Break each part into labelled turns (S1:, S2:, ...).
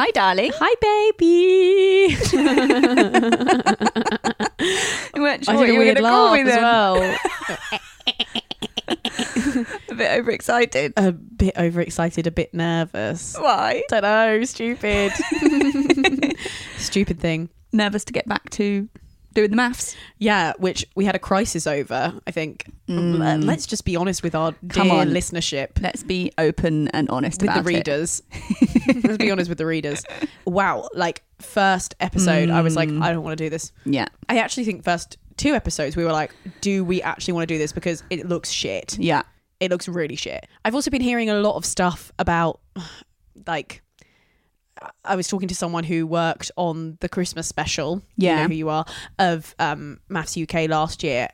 S1: Hi, darling.
S2: Hi, baby.
S1: We weren't
S2: I
S1: sure what
S2: did a
S1: you were
S2: weird
S1: going to call
S2: laugh
S1: me
S2: as well.
S1: then. A bit overexcited.
S2: a bit overexcited, a bit nervous.
S1: Why?
S2: Don't know. Stupid. stupid thing.
S1: Nervous to get back to doing the maths.
S2: Yeah, which we had a crisis over. I think.
S1: Mm.
S2: Let's just be honest with our dear
S1: Come on.
S2: listenership.
S1: Let's be open and honest
S2: with the
S1: about it.
S2: readers. Let's be honest with the readers. Wow, like first episode, I was like,
S1: Mm.
S2: I don't want to do this.
S1: Yeah,
S2: I actually think first two episodes, we were like, do we actually want to do this? Because it looks shit.
S1: yeah.
S2: It looks really shit. I've also been hearing a lot of stuff about, like, I was talking to someone who worked on the Christmas special. you
S1: Yeah.
S2: know who you are of um, Maths UK last year,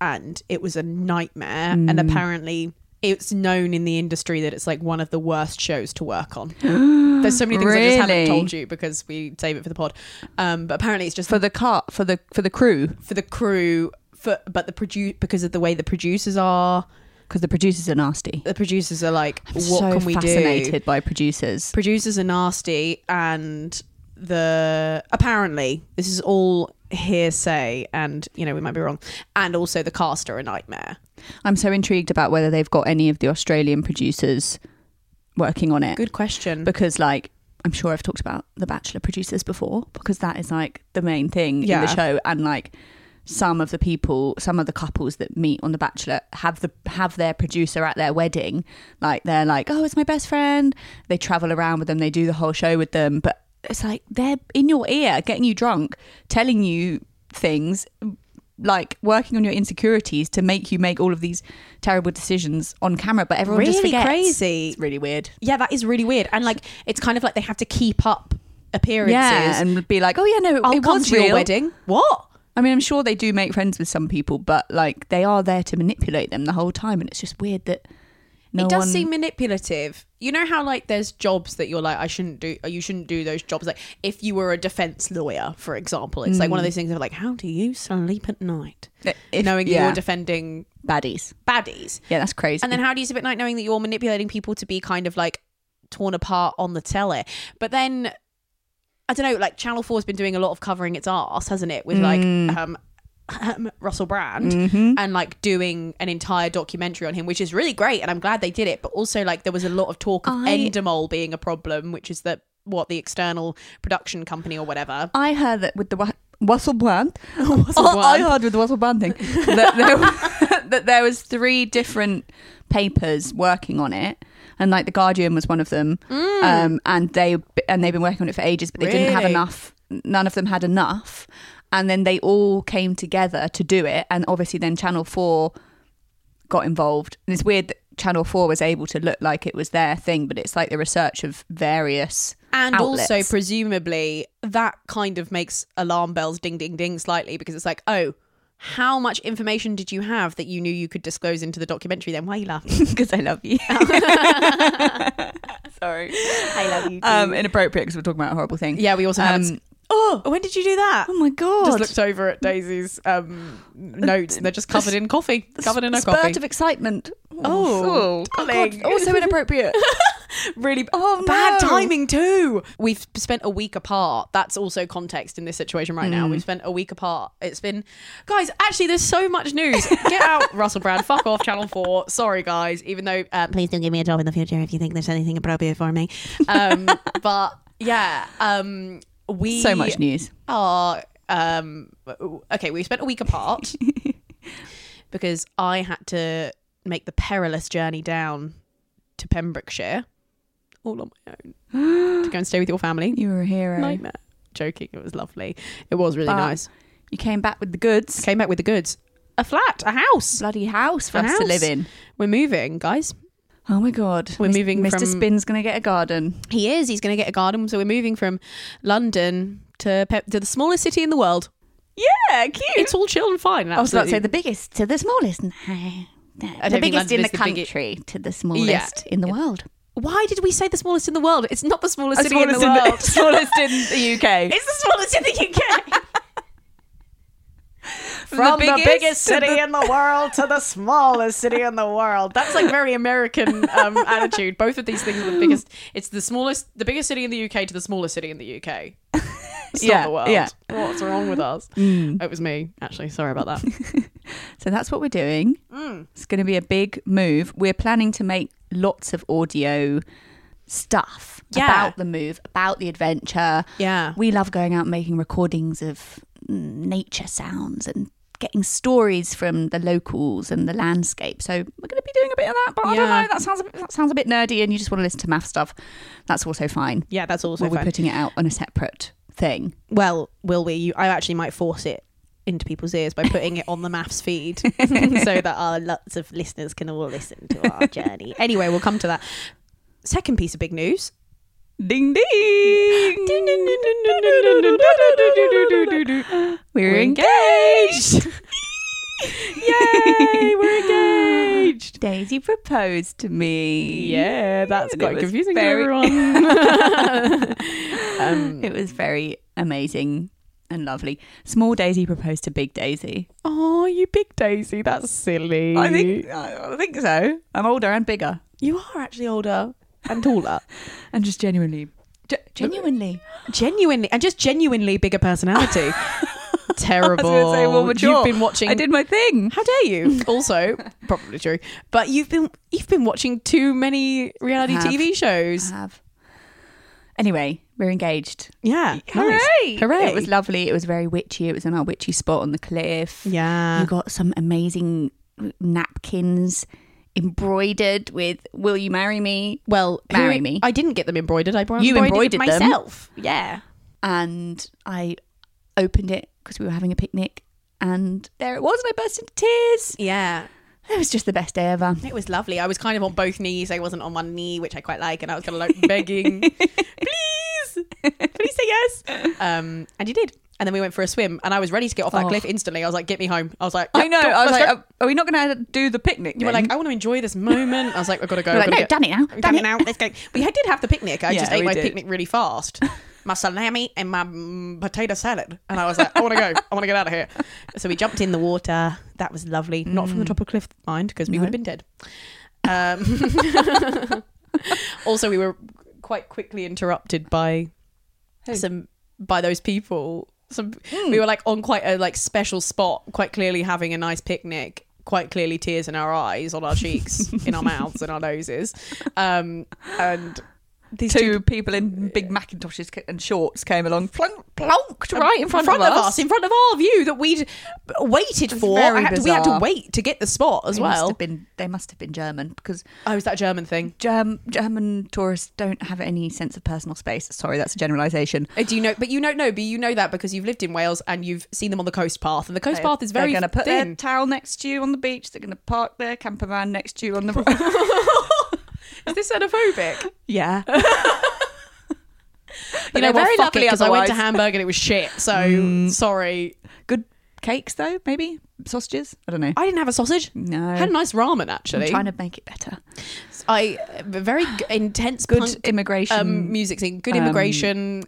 S2: and it was a nightmare.
S1: Mm.
S2: And apparently, it's known in the industry that it's like one of the worst shows to work on. There's so many things I just haven't
S1: Really?
S2: told you because we save it for the pod. Um, but apparently, it's just
S1: For the car, for the for the crew,
S2: for the crew for but the produ- because of the way the producers are
S1: because the producers are nasty.
S2: the producers are like what
S1: so
S2: can we do
S1: fascinated by producers.
S2: producers are nasty and the apparently this is all hearsay and you know we might be wrong and also the cast are a nightmare
S1: I'm so intrigued about whether they've got any of the Australian producers working on it.
S2: good question
S1: because like I'm sure I've talked about the Bachelor producers before because that is like the main thing in
S2: Yeah.
S1: the show and like some of the people some of the couples that meet on the bachelor have the have their producer at their wedding like they're like oh it's my best friend they travel around with them they do the whole show with them but it's like they're in your ear getting you drunk telling you things like working on your insecurities to make you make all of these terrible decisions on camera but everyone just
S2: really
S1: forgets
S2: crazy
S1: it's really weird
S2: yeah that is really weird and like it's kind of like they have to keep up appearances
S1: Yeah, and be like, oh yeah, no,
S2: I'll
S1: it
S2: come
S1: was
S2: to
S1: real.
S2: your wedding what
S1: I mean, I'm sure they do make friends with some people, but like they are there to manipulate them the whole time, and it's just weird that no
S2: it does
S1: one.
S2: seem manipulative. You know how like there's jobs that you're like I shouldn't do or you shouldn't do those jobs like if you were a defense lawyer for example it's like one of those things of like how do you sleep at night
S1: Mm. if-
S2: knowing that
S1: yeah.
S2: you're defending
S1: baddies.
S2: baddies
S1: Yeah, that's crazy.
S2: and then how do you sleep at night knowing that you're manipulating people to be kind of like torn apart on the telly but then I don't know like Channel 4's been doing a lot of covering its arse hasn't it with
S1: Mm.
S2: like um Russell Brand
S1: Mm-hmm.
S2: and like doing an entire documentary on him, which is really great, and I'm glad they did it. But also, like, there was a lot of talk of
S1: I-
S2: endemol being a problem, which is that what the external production company or whatever.
S1: I heard that with the wa- Wassel Brand,
S2: Wassel
S1: Oh, I
S2: Brand.
S1: heard with the Wassel Brand thing that there, that there was three different papers working on it, and like the Guardian was one of them, um, and they and they've been working on it for ages, but they didn't have
S2: Really?
S1: enough. None of them had enough, and then they all came together to do it, and obviously then Channel Four got involved. And it's weird that Channel Four was able to look like it was their thing, but it's like the research of various
S2: And also,
S1: outlets.
S2: presumably, that kind of makes alarm bells ding, ding, ding slightly because it's like, oh, how much information did you have that you knew you could disclose into the documentary? Then why are you laughing?
S1: because I love you. Sorry.
S2: I love you.
S1: Um, inappropriate because we're talking about a horrible thing.
S2: Mm. yeah, we also have.
S1: Um,
S2: oh, when did you do that?
S1: Oh my god.
S2: Just looked over at Daisy's um, notes, and they're just covered in coffee, covered in a
S1: spurt
S2: coffee.
S1: of excitement.
S2: Oh,
S1: God.
S2: darling.
S1: also inappropriate.
S2: really
S1: Oh,
S2: bad
S1: no.
S2: timing too. We've spent a week apart. That's also context in this situation right now. We've spent a week apart. It's been, guys. Actually, there's so much news. Get out, Russell Brand. Fuck off, Channel Four. Sorry, guys. Even though, uh, please don't give me a job in the future if you think there's anything appropriate for me. Um, but yeah, um, we
S1: so much news.
S2: are um okay we spent a week apart because i had to make the perilous journey down to pembrokeshire all on my own to go and stay with your family
S1: You were a hero.
S2: nightmare joking it was lovely it was really
S1: But-
S2: nice
S1: You came back with the goods.
S2: came back with the goods a flat a house
S1: Bloody house for
S2: A
S1: us to
S2: house.
S1: live in.
S2: we're moving guys
S1: Oh my god.
S2: We're
S1: Mis-
S2: moving
S1: Mr.
S2: from-
S1: Spin's gonna get a garden.
S2: he is he's going to get a garden so we're moving from london to Pe- to the smallest city in the world
S1: Yeah, cute.
S2: it's all chill and fine and
S1: I was about to say
S2: absolutely
S1: the biggest to the smallest. No, no.
S2: don't
S1: The
S2: think
S1: biggest
S2: London
S1: in the
S2: is the biggie-
S1: country to the smallest in the world.
S2: Why did we say the smallest in the world? It's not the smallest city in the
S1: Smallest
S2: world.
S1: smallest in the UK.
S2: it's the smallest in the UK. From the biggest,
S1: to
S2: city in the world to the smallest city in the world. That's like very American um, attitude. Both of these things are the biggest. It's the smallest, the biggest city in the UK to the smallest city in the UK. It's
S1: Yeah,
S2: not the world.
S1: yeah.
S2: What's wrong with us? It was me, actually. Sorry about that.
S1: So that's what we're doing.
S2: Mm.
S1: It's going to be a big move. We're planning to make lots of audio stuff
S2: Yeah.
S1: about the move, about the adventure.
S2: Yeah.
S1: We love going out and making recordings of mm, nature sounds and getting stories from the locals and the landscape. So we're going to be doing a bit of that, but I don't
S2: Yeah.
S1: know. That sounds a bit, that sounds a bit nerdy, and you just want to listen to math stuff. That's also fine.
S2: Yeah, that's also
S1: Well, we're
S2: fine.
S1: putting it out on a separate thing.
S2: well, will we? You, I actually might force it into people's ears by putting it on the maths feed so that our lots of listeners can all listen to our journey. Anyway, we'll come to that. Second piece of big news.
S1: Ding ding. We're engaged.
S2: Yay, we're engaged.
S1: Daisy proposed to me.
S2: Yeah, that's
S1: And it
S2: quite
S1: was
S2: confusing
S1: very- Um,
S2: to everyone. um,
S1: It was very amazing and lovely. Small Daisy proposed to Big Daisy.
S2: oh, you big Daisy, that's silly.
S1: I think I I think so. I'm older and bigger
S2: you are actually older and taller.
S1: and just genuinely genuinely
S2: genuinely and just genuinely bigger personality. Terrible.
S1: I was gonna say more mature.
S2: You've been watching.
S1: I did my thing.
S2: How dare you? Also, probably true. But you've been you've been watching too many reality
S1: Have. Uh,
S2: TV shows.
S1: Have. Anyway, we're engaged.
S2: Yeah. nice.
S1: Hooray!
S2: Hooray.
S1: It was lovely. It was very witchy. It was in our witchy spot on the cliff.
S2: Yeah.
S1: You got some amazing napkins embroidered with "Will you marry me?"
S2: well, who-
S1: Marry me.
S2: I didn't get them embroidered. I embroidered,
S1: You
S2: it
S1: embroidered them?
S2: myself. Yeah.
S1: and I opened it because we were having a picnic, and there it was, and I burst into tears.
S2: Yeah.
S1: It was just the best day ever.
S2: It was lovely. I was kind of on both knees. I wasn't on one knee, which I quite like, and I was kind of like begging, please, please say yes. Um, and you did. And then we went for a swim, and I was ready to get off that
S1: Oh.
S2: cliff instantly. I was like, get me home. I was like,
S1: I
S2: "Yep,
S1: know.
S2: go,
S1: I was
S2: let's
S1: like, uh,
S2: go."
S1: "Are- "Are we not going to do the picnic?"
S2: you were like, I want to enjoy this moment. I was like, I've got to go.
S1: We're like,
S2: I've
S1: "No,
S2: gotta
S1: done it now.
S2: I've
S1: Done
S2: done
S1: it."
S2: it now. Let's go. We did have the picnic. I
S1: Yeah,
S2: just ate
S1: we
S2: my
S1: did.
S2: picnic really fast. My salami and my mm, potato salad. And I was like, I want to go. I want to get out of here. So we jumped in the water. That was lovely. Not from the top of a cliff, mind, because we
S1: No.
S2: would have been dead. Um, also, we were quite quickly interrupted by some by those people. Some
S1: Hmm.
S2: we were like on quite a like special spot, quite clearly having a nice picnic, quite clearly tears in our eyes, on our cheeks, in our mouths, and our noses, um, and these two. uh,
S1: two people in big Macintoshes ca- and shorts came along, plunk,
S2: Um,
S1: plonked right in front,
S2: of us. in front of all of you that we'd waited for. I
S1: very
S2: had to- we had to
S1: bizarre.
S2: wait to get the spot as
S1: They must
S2: well.
S1: have been they must have been German because
S2: Oh, is that a German thing?
S1: Germ, German tourists don't have any sense of personal space. Sorry, that's a generalisation.
S2: Uh, Do you know? But you don't know. But you know that because you've lived in Wales and you've seen them on the coast path, and the coast path is very
S1: They're going to put their
S2: thin.
S1: towel next to you on the beach. They're going to park their camper van next to you on the.
S2: Is this xenophobic?
S1: yeah.
S2: you know, very lovely because I went to Hamburg and it was shit. So sorry,
S1: Good cakes though, maybe sausages. I don't know.
S2: I didn't have a sausage.
S1: no.
S2: I had a nice ramen actually.
S1: I'm trying to make it better.
S2: I very g- intense
S1: Good
S2: punk,
S1: immigration.
S2: um, music scene, good
S1: um,
S2: immigration.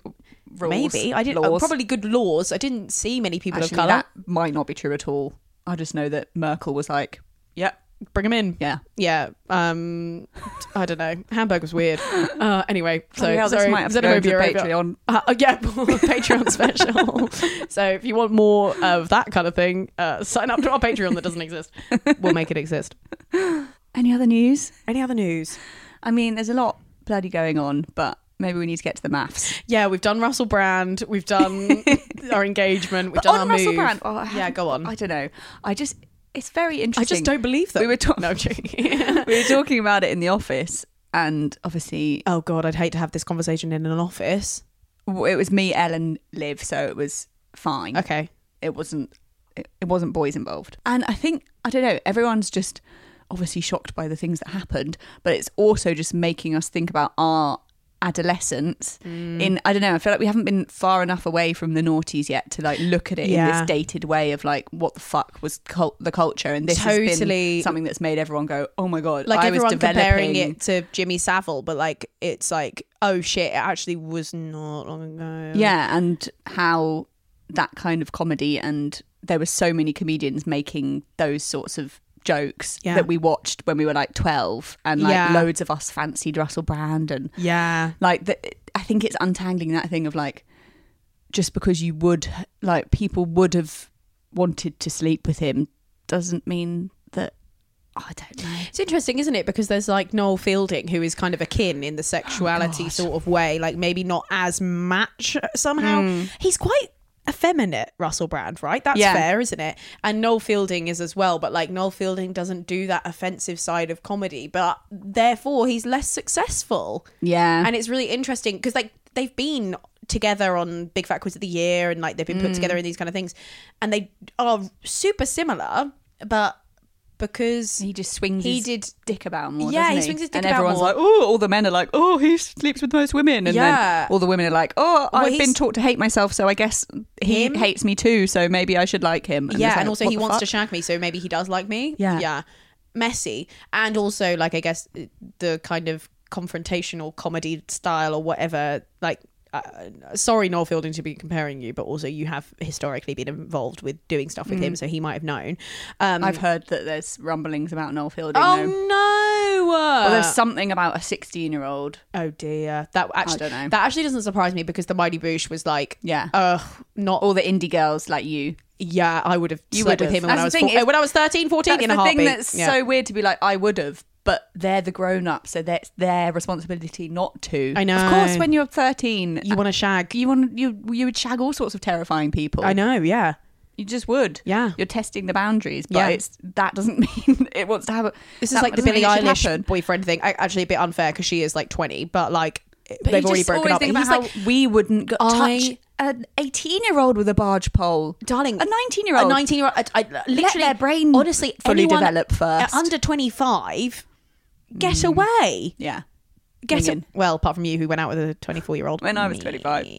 S1: rules,
S2: maybe I didn't. oh,
S1: laws.
S2: probably good laws. I didn't see many people
S1: Actually,
S2: of color.
S1: that might not be true at all. I just know that Merkel was like, "Yep,
S2: Bring them in.
S1: yeah."
S2: Yeah. Um, I don't know. Hamburg was weird. Uh, anyway, so
S1: Bloody hell, this
S2: sorry.
S1: might have to go into the
S2: xenophobia over.
S1: Patreon.
S2: Uh, uh, yeah, Patreon special. so if you want more of that kind of thing, uh, sign up to our Patreon that doesn't exist. We'll make it exist.
S1: Any other news?
S2: Any other news?
S1: I mean, there's a lot bloody going on, but maybe we need to get to the maths.
S2: Yeah, we've done Russell Brand. We've done our engagement. We've
S1: But
S2: done
S1: on
S2: our
S1: Russell
S2: move.
S1: Brand, oh, I
S2: yeah, go on.
S1: I don't know. I just, it's very interesting.
S2: I just don't believe that.
S1: We were talking.
S2: No, I'm joking.
S1: we were talking about it in the office, and obviously
S2: oh God, I'd hate to have this conversation in an office.
S1: w- it was me, Ellen, Liv, so it was fine.
S2: Okay.
S1: It wasn't. It it wasn't boys involved, and I think I don't know. Everyone's just obviously shocked by the things that happened, but it's also just making us think about our adolescence.
S2: Mm.
S1: In I don't know. I feel like we haven't been far enough away from the noughties yet to like look at it in
S2: Yeah.
S1: this dated way of like what the fuck was cult- the culture, and this has
S2: Totally.
S1: been something that's made everyone go, oh my god,
S2: Like
S1: I was
S2: everyone comparing
S1: developing-
S2: it to Jimmy Savile, but like it's like oh shit, it actually was not long ago.
S1: yeah and how that kind of comedy and there were so many comedians making those sorts of jokes
S2: Yeah.
S1: that we watched when we were like 12 and like
S2: Yeah.
S1: loads of us fancied Russell Brand and
S2: Yeah.
S1: like the, I think it's untangling that thing of like just because you would like people would have wanted to sleep with him doesn't mean that oh, I don't know.
S2: It's interesting, isn't it? Because there's like Noel Fielding, who is kind of akin in the sexuality
S1: Oh, God.
S2: sort of way, like maybe not as match somehow. He's quite effeminate, Russell Brand, right? That's
S1: Hmm. Yeah.
S2: fair, isn't it? And Noel Fielding is as well, but like Noel Fielding doesn't do that offensive side of comedy, but therefore he's less successful.
S1: Yeah.
S2: And it's really interesting because like they've been together on Big Fat Quiz of the Year and like they've been put
S1: Hmm.
S2: together in these kind of things, and they are super similar, but because
S1: he just swings
S2: he
S1: his
S2: did
S1: dick about more.
S2: Yeah,
S1: doesn't
S2: he swings his dick
S1: and
S2: about
S1: everyone's
S2: more.
S1: like, oh, all the men are like, oh, he sleeps with most women, and
S2: Yeah.
S1: then all the women are like, oh,
S2: Well,
S1: I've
S2: he's-
S1: been taught to hate myself, so I guess he
S2: Him?
S1: hates me too, so maybe I should like him.
S2: yeah,
S1: it's like,
S2: and also
S1: what
S2: he
S1: the
S2: wants
S1: fuck?
S2: to shag me, so maybe he does like me.
S1: Yeah.
S2: yeah, messy, and also like I guess uh, the kind of confrontational comedy style or whatever. Like, uh, sorry, Noel Fielding to be comparing you, but also you have historically been involved with doing stuff with
S1: Mm.
S2: him, so he might have known. Um,
S1: I've heard that there's rumblings about Noel Fielding.
S2: oh uh,
S1: though.
S2: no!
S1: Or there's something about a 16 year old.
S2: oh dear, that actually
S1: don't know.
S2: that actually doesn't surprise me because the Mighty Boosh was like,
S1: Yeah.
S2: Ugh, not
S1: all the indie girls like you.
S2: yeah. I would have
S1: You
S2: slept
S1: would
S2: with him
S1: have.
S2: when I was
S1: That's the thing,
S2: four-
S1: is-
S2: when I was 13, 14
S1: That's
S2: in a
S1: the
S2: heartbeat.
S1: thing that's
S2: Yeah.
S1: so weird to be like, I would have, but they're the grown ups, so that's their responsibility not to.
S2: I know.
S1: Of course, when you're 13,
S2: you
S1: you
S2: want to shag.
S1: you want you you would shag all sorts of terrifying people.
S2: I know, yeah.
S1: You just would.
S2: Yeah.
S1: You're testing the boundaries, but
S2: Yeah.
S1: it's that doesn't mean it wants to have. A,
S2: This is
S1: that
S2: like the
S1: doesn't
S2: Billie
S1: mean it should
S2: Eilish
S1: happen.
S2: boyfriend thing. I, actually, a bit unfair because she is like 20, but like
S1: But
S2: they've
S1: you
S2: already
S1: just
S2: broken
S1: always
S2: up.
S1: Think
S2: And
S1: about
S2: he's
S1: how
S2: like,
S1: we wouldn't go,
S2: I-
S1: touch an 18 year old with a barge pole,
S2: darling,
S1: A 19 year
S2: a
S1: old.
S2: 19 year old. I, I literally,
S1: their brain
S2: honestly,
S1: fully
S2: anyone
S1: develop
S2: at
S1: first. Mm.
S2: Under 25, get away.
S1: Yeah.
S2: Get
S1: Minging.
S2: it. Well, apart from you who went out with a 24 year old.
S1: When I was 25.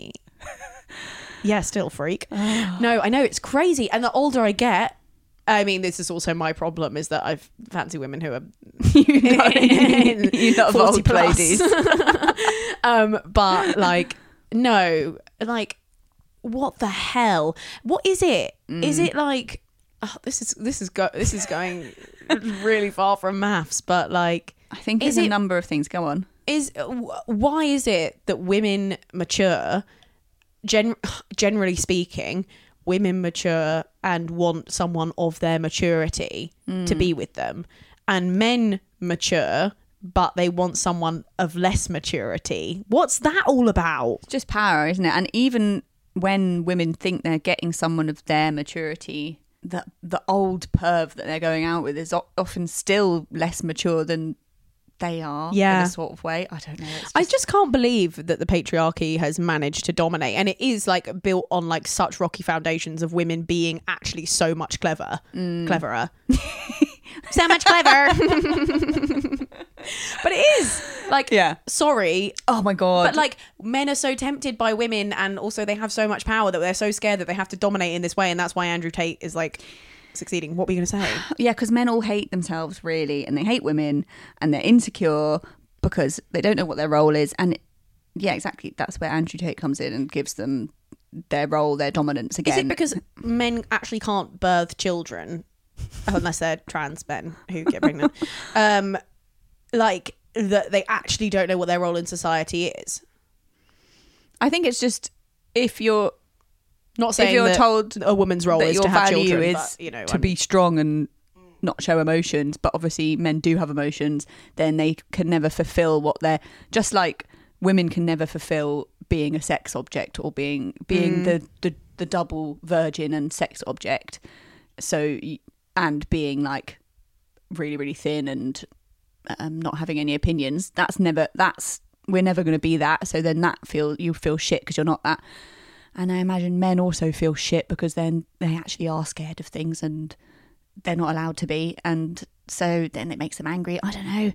S2: yeah, still freak. no, I know it's crazy. And the older I get, I mean, this is also my problem is that I've fancy women who are
S1: you know, you lot of
S2: 40
S1: old
S2: plus.
S1: ladies.
S2: um but like no like what the hell what is it? Is
S1: Mm.
S2: it like oh, this is this is go this is going really far from maths but like
S1: I think
S2: Is
S1: it's a
S2: it-
S1: number of things. Go on.
S2: is wh- why is it that women mature gen- generally speaking women mature and want someone of their maturity to be with them and men mature but they want someone of less maturity what's that all about
S1: It's just power, isn't it? And even when women think they're getting someone of their maturity, the the old perv that they're going out with is o- often still less mature than they are.
S2: Yeah.
S1: in a sort of way. I don't know. It's
S2: I just can't believe that the patriarchy has managed to dominate, and it is like built on like such rocky foundations of women being actually so much clever, cleverer, Mm. so much clever. but it is like,
S1: Yeah.
S2: sorry,
S1: oh my god!
S2: but like men are so tempted by women, and also they have so much power that they're so scared that they have to dominate in this way, and that's why Andrew Tate is like succeeding. What were you going to say?
S1: yeah, because men all hate themselves really, and they hate women, and they're insecure because they don't know what their role is. And yeah, exactly. That's where Andrew Tate comes in and gives them their role, their dominance again.
S2: Is it because men actually can't birth children unless they're trans men who get pregnant? um, like that they actually don't know what their role in society is.
S1: I think it's just if you're
S2: Not saying
S1: you're
S2: that
S1: told
S2: a woman's role
S1: that
S2: is
S1: your
S2: to have
S1: value
S2: children,
S1: is
S2: but, you know,
S1: to
S2: I'm-
S1: be strong and not show emotions, but obviously men do have emotions, then they can never fulfill what they're just like women can never fulfill being a sex object or being being
S2: Mm.
S1: the, the the double virgin and sex object. So y- and being like really really thin and um, not having any opinions. That's never that's we're never going to be that. So then that feel you feel shit because you're not that. And I imagine men also feel shit because then they actually are scared of things and they're not allowed to be. And so then it makes them angry. I don't know.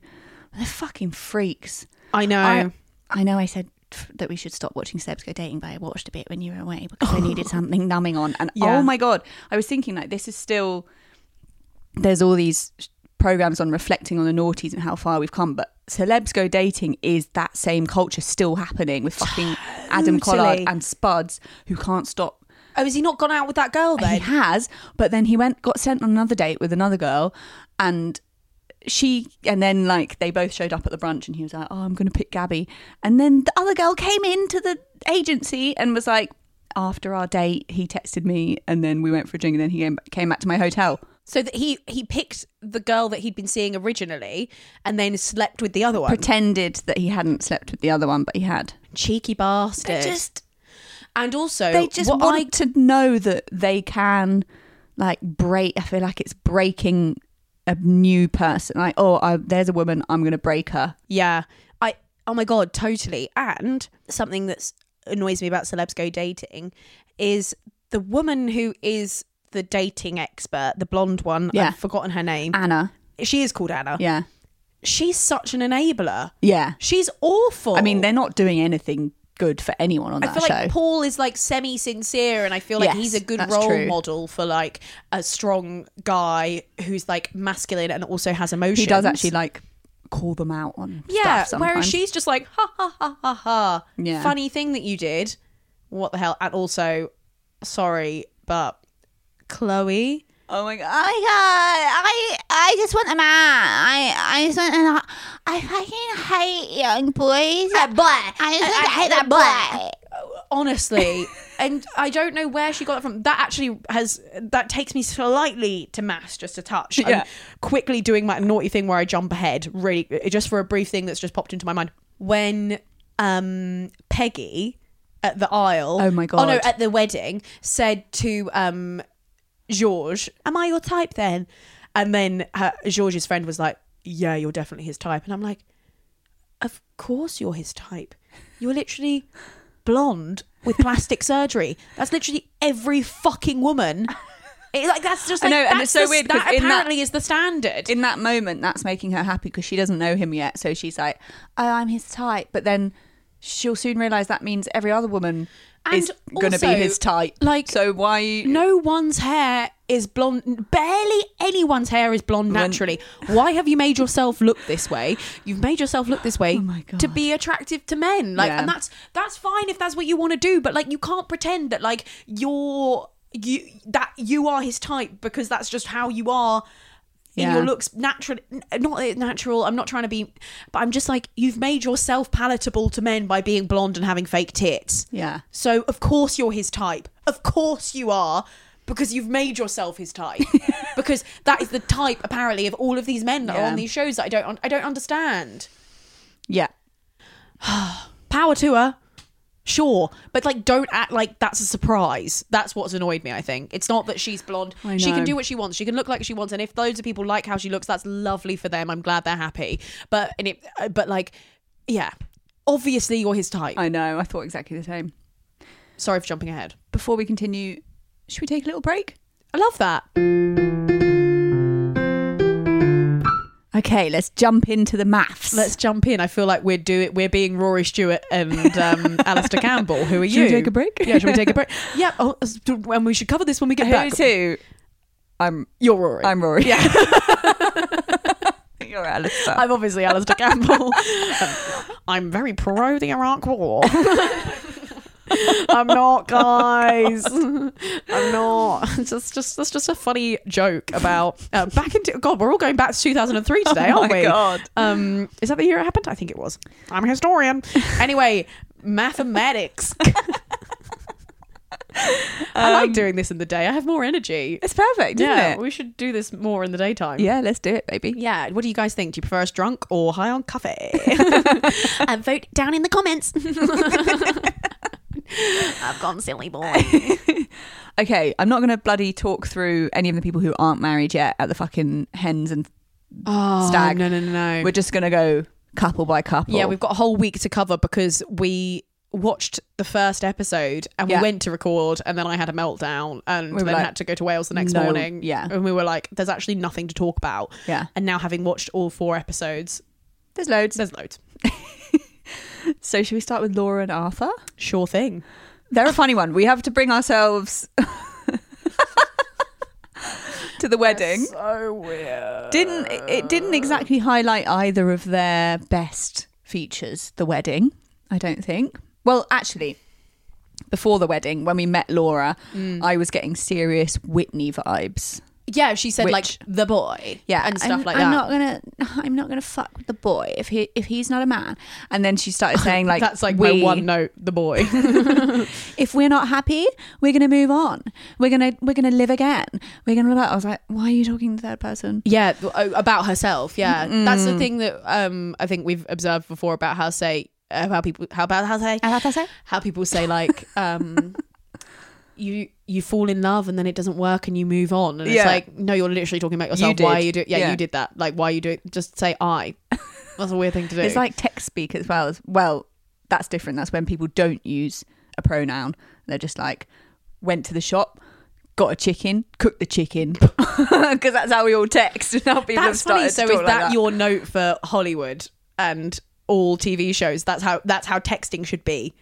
S1: They're fucking freaks.
S2: I know.
S1: I, I know I said f- that we should stop watching Sebs Go Dating, but I watched a bit when you were away because I needed something numbing on. And
S2: Yeah.
S1: oh my God, I was thinking like this is still, there's all these programs on reflecting on the noughties and how far we've come, but Celebs Go Dating is that same culture still happening with fucking Adam Collard
S2: Totally.
S1: and Spuds who can't stop
S2: Oh, has he not gone out with that girl
S1: He
S2: then?
S1: has, but then he went got sent on another date with another girl, and she and then like they both showed up at the brunch, and he was like, "Oh, I'm going to pick Gabby," and then the other girl came into the agency and was like, "After our date, he texted me, and then we went for a drink, and then he came, came back to my hotel."
S2: So that he he picked the girl that he'd been seeing originally, and then slept with the other one.
S1: Pretended that he hadn't slept with the other one, but he had.
S2: Cheeky bastard.
S1: Just
S2: and also,
S1: they just
S2: what I
S1: want to know that they can like break i feel like it's breaking a new person like oh I, there's a woman i'm gonna break her
S2: Yeah. I oh my god, totally. And something that's annoys me about celebs go dating is the woman who is the dating expert, the blonde one.
S1: Yeah.
S2: I've forgotten her name.
S1: anna
S2: she is called Anna.
S1: yeah
S2: She's such an enabler.
S1: yeah
S2: She's awful.
S1: i mean they're not doing anything good for anyone on
S2: I
S1: that
S2: feel
S1: show
S2: like Paul is like semi sincere, and I feel like
S1: Yes,
S2: he's a good
S1: that's
S2: role
S1: true.
S2: model for like a strong guy who's like masculine and also has emotions.
S1: he does actually like call them out on
S2: Yeah,
S1: stuff sometimes.
S2: whereas she's just like, ha ha ha ha ha.
S1: Yeah.
S2: Funny thing that you did. What the hell? And also, sorry, but Chloe.
S1: oh my god
S3: I, uh, I, I just want a man. I, I just want an. I fucking hate young boys. That boy. I just want to hate that boy.
S2: Honestly, and I don't know where she got that from. That actually has that takes me slightly to mass just a touch.
S1: Yeah.
S2: I'm quickly doing my naughty thing where I jump ahead, really, just for a brief thing that's just popped into my mind. When um Peggy at the aisle,
S1: Oh my
S2: oh no,
S1: God.
S2: at the wedding, said to um George, am I your type then? And then her, George's friend was like, yeah, you're definitely his type. And I'm like, of course you're his type. You're literally blonde with plastic surgery. That's literally every fucking woman. It, like that's just
S1: I
S2: like,
S1: know, and
S2: that's
S1: it's so
S2: the-
S1: weird 'cause
S2: That
S1: in that-
S2: apparently is the standard.
S1: in that moment that's making her happy because she doesn't know him yet so she's like oh i'm his type but then she'll soon realize that means every other woman is
S2: And
S1: going to be
S2: also,
S1: his type
S2: like,
S1: so why
S2: no one's hair is blonde. Barely anyone's hair is blonde naturally. Why have you made yourself look this way? You've made yourself look this way
S1: Oh my God.
S2: to be attractive to men. Like,
S1: Yeah.
S2: and that's that's fine if that's what you want to do. But like, you can't pretend that like you're you that you are his type because that's just how you are. In
S1: Yeah.
S2: your looks natural, n- not that it's natural. I'm not trying to be, but I'm just like you've made yourself palatable to men by being blonde and having fake tits.
S1: yeah
S2: So of course you're his type. Of course you are. Because you've made yourself his type. because that is the type apparently of all of these men that
S1: Yeah.
S2: are on these shows that I don't un- I don't understand.
S1: yeah
S2: Power to her. Sure, but like don't act like that's a surprise. That's what's annoyed me, I think. It's not that she's blonde.
S1: I
S2: She can
S1: know.
S2: do what she wants. She can look like she wants and if loads of people like how she looks, that's lovely for them. I'm glad they're happy. But and it uh, but like yeah. Obviously you're his type.
S1: I know. I thought exactly the same.
S2: Sorry for jumping ahead.
S1: Before we continue, should we take a little break?
S2: I love that.
S1: Okay, let's jump into the maths.
S2: Let's jump in. I feel like we're do it. We're being Rory Stewart and um, Alistair Campbell. Who are
S1: Should
S2: you?
S1: we take a break?
S2: Yeah, should we take a break? yeah, oh, s- and we should cover this when we get back.
S1: who? I'm
S2: You're Rory.
S1: I'm Rory.
S2: yeah,
S1: You're Alistair.
S2: I'm obviously Alistair Campbell. Um, I'm very pro the Iraq War. I'm not, guys. I'm not. It's just, just that's just a funny joke about uh, back into God. We're all going back to 2003 today,
S1: oh
S2: aren't
S1: my
S2: we?
S1: god.
S2: Um, is that the year it happened? I think it was. I'm a historian. Anyway, mathematics. I like doing this in the day. I have more energy.
S1: It's perfect, isn't
S2: Yeah,
S1: it?
S2: we should do this more in the daytime.
S1: yeah, let's do it, baby.
S2: Yeah. What do you guys think? Do you prefer us drunk or high on coffee? Uh,
S3: And vote down in the comments. I've gone silly boy.
S1: Okay, I'm not going to bloody talk through any of the people who aren't married yet at the fucking hens and
S2: oh,
S1: Stag.
S2: No, no, no, no.
S1: we're just going to go couple by couple.
S2: yeah, we've got a whole week to cover because we watched the first episode and
S1: Yeah.
S2: we went to record and then I had a meltdown and
S1: We were
S2: then
S1: like,
S2: had to go to Wales the next
S1: no,
S2: morning.
S1: yeah.
S2: And we were like, there's actually nothing to talk about.
S1: Yeah.
S2: And now having watched all four episodes,
S1: There's loads.
S2: there's loads.
S1: So should we start with Laura and Arthur?
S2: Sure thing.
S1: They're a funny one. We have to bring ourselves to the wedding.
S2: So weird.
S1: didn't it didn't exactly highlight either of their best features the wedding i don't think well actually before the wedding when we met Laura, I was getting serious Whitney vibes.
S2: Yeah, she said like
S1: Which-
S2: the boy.
S1: Yeah,
S2: and stuff
S1: I'm,
S2: like
S1: I'm
S2: that.
S1: not gonna, I'm not gonna fuck with the boy if he if he's not a man. And then she started saying like,
S2: That's like
S1: we,
S2: my one note. The boy.
S1: If we're not happy, we're gonna move on. We're gonna we're gonna live again. We're gonna live. out." I was like, why are you talking to third person?
S2: yeah th- o- about herself yeah that's
S1: Mm.
S2: the thing that um i think we've observed before about how say uh, how people how about how say
S1: How about that?
S2: how people say like um you you fall in love and then it doesn't work and you move on and
S1: Yeah.
S2: it's like no you're literally talking about yourself
S1: did.
S2: why are you do yeah,
S1: Yeah.
S2: you did that like why are you do just say i that's a weird thing to do
S1: It's like text speak as well. As well, that's different. That's when people don't use a pronoun. They're just like, went to the shop, got a chicken, cooked the chicken, because that's how we all text. And now people have
S2: that's
S1: started.
S2: funny
S1: to
S2: so is that,
S1: talk like that
S2: your note for hollywood and all tv shows that's how that's how texting should be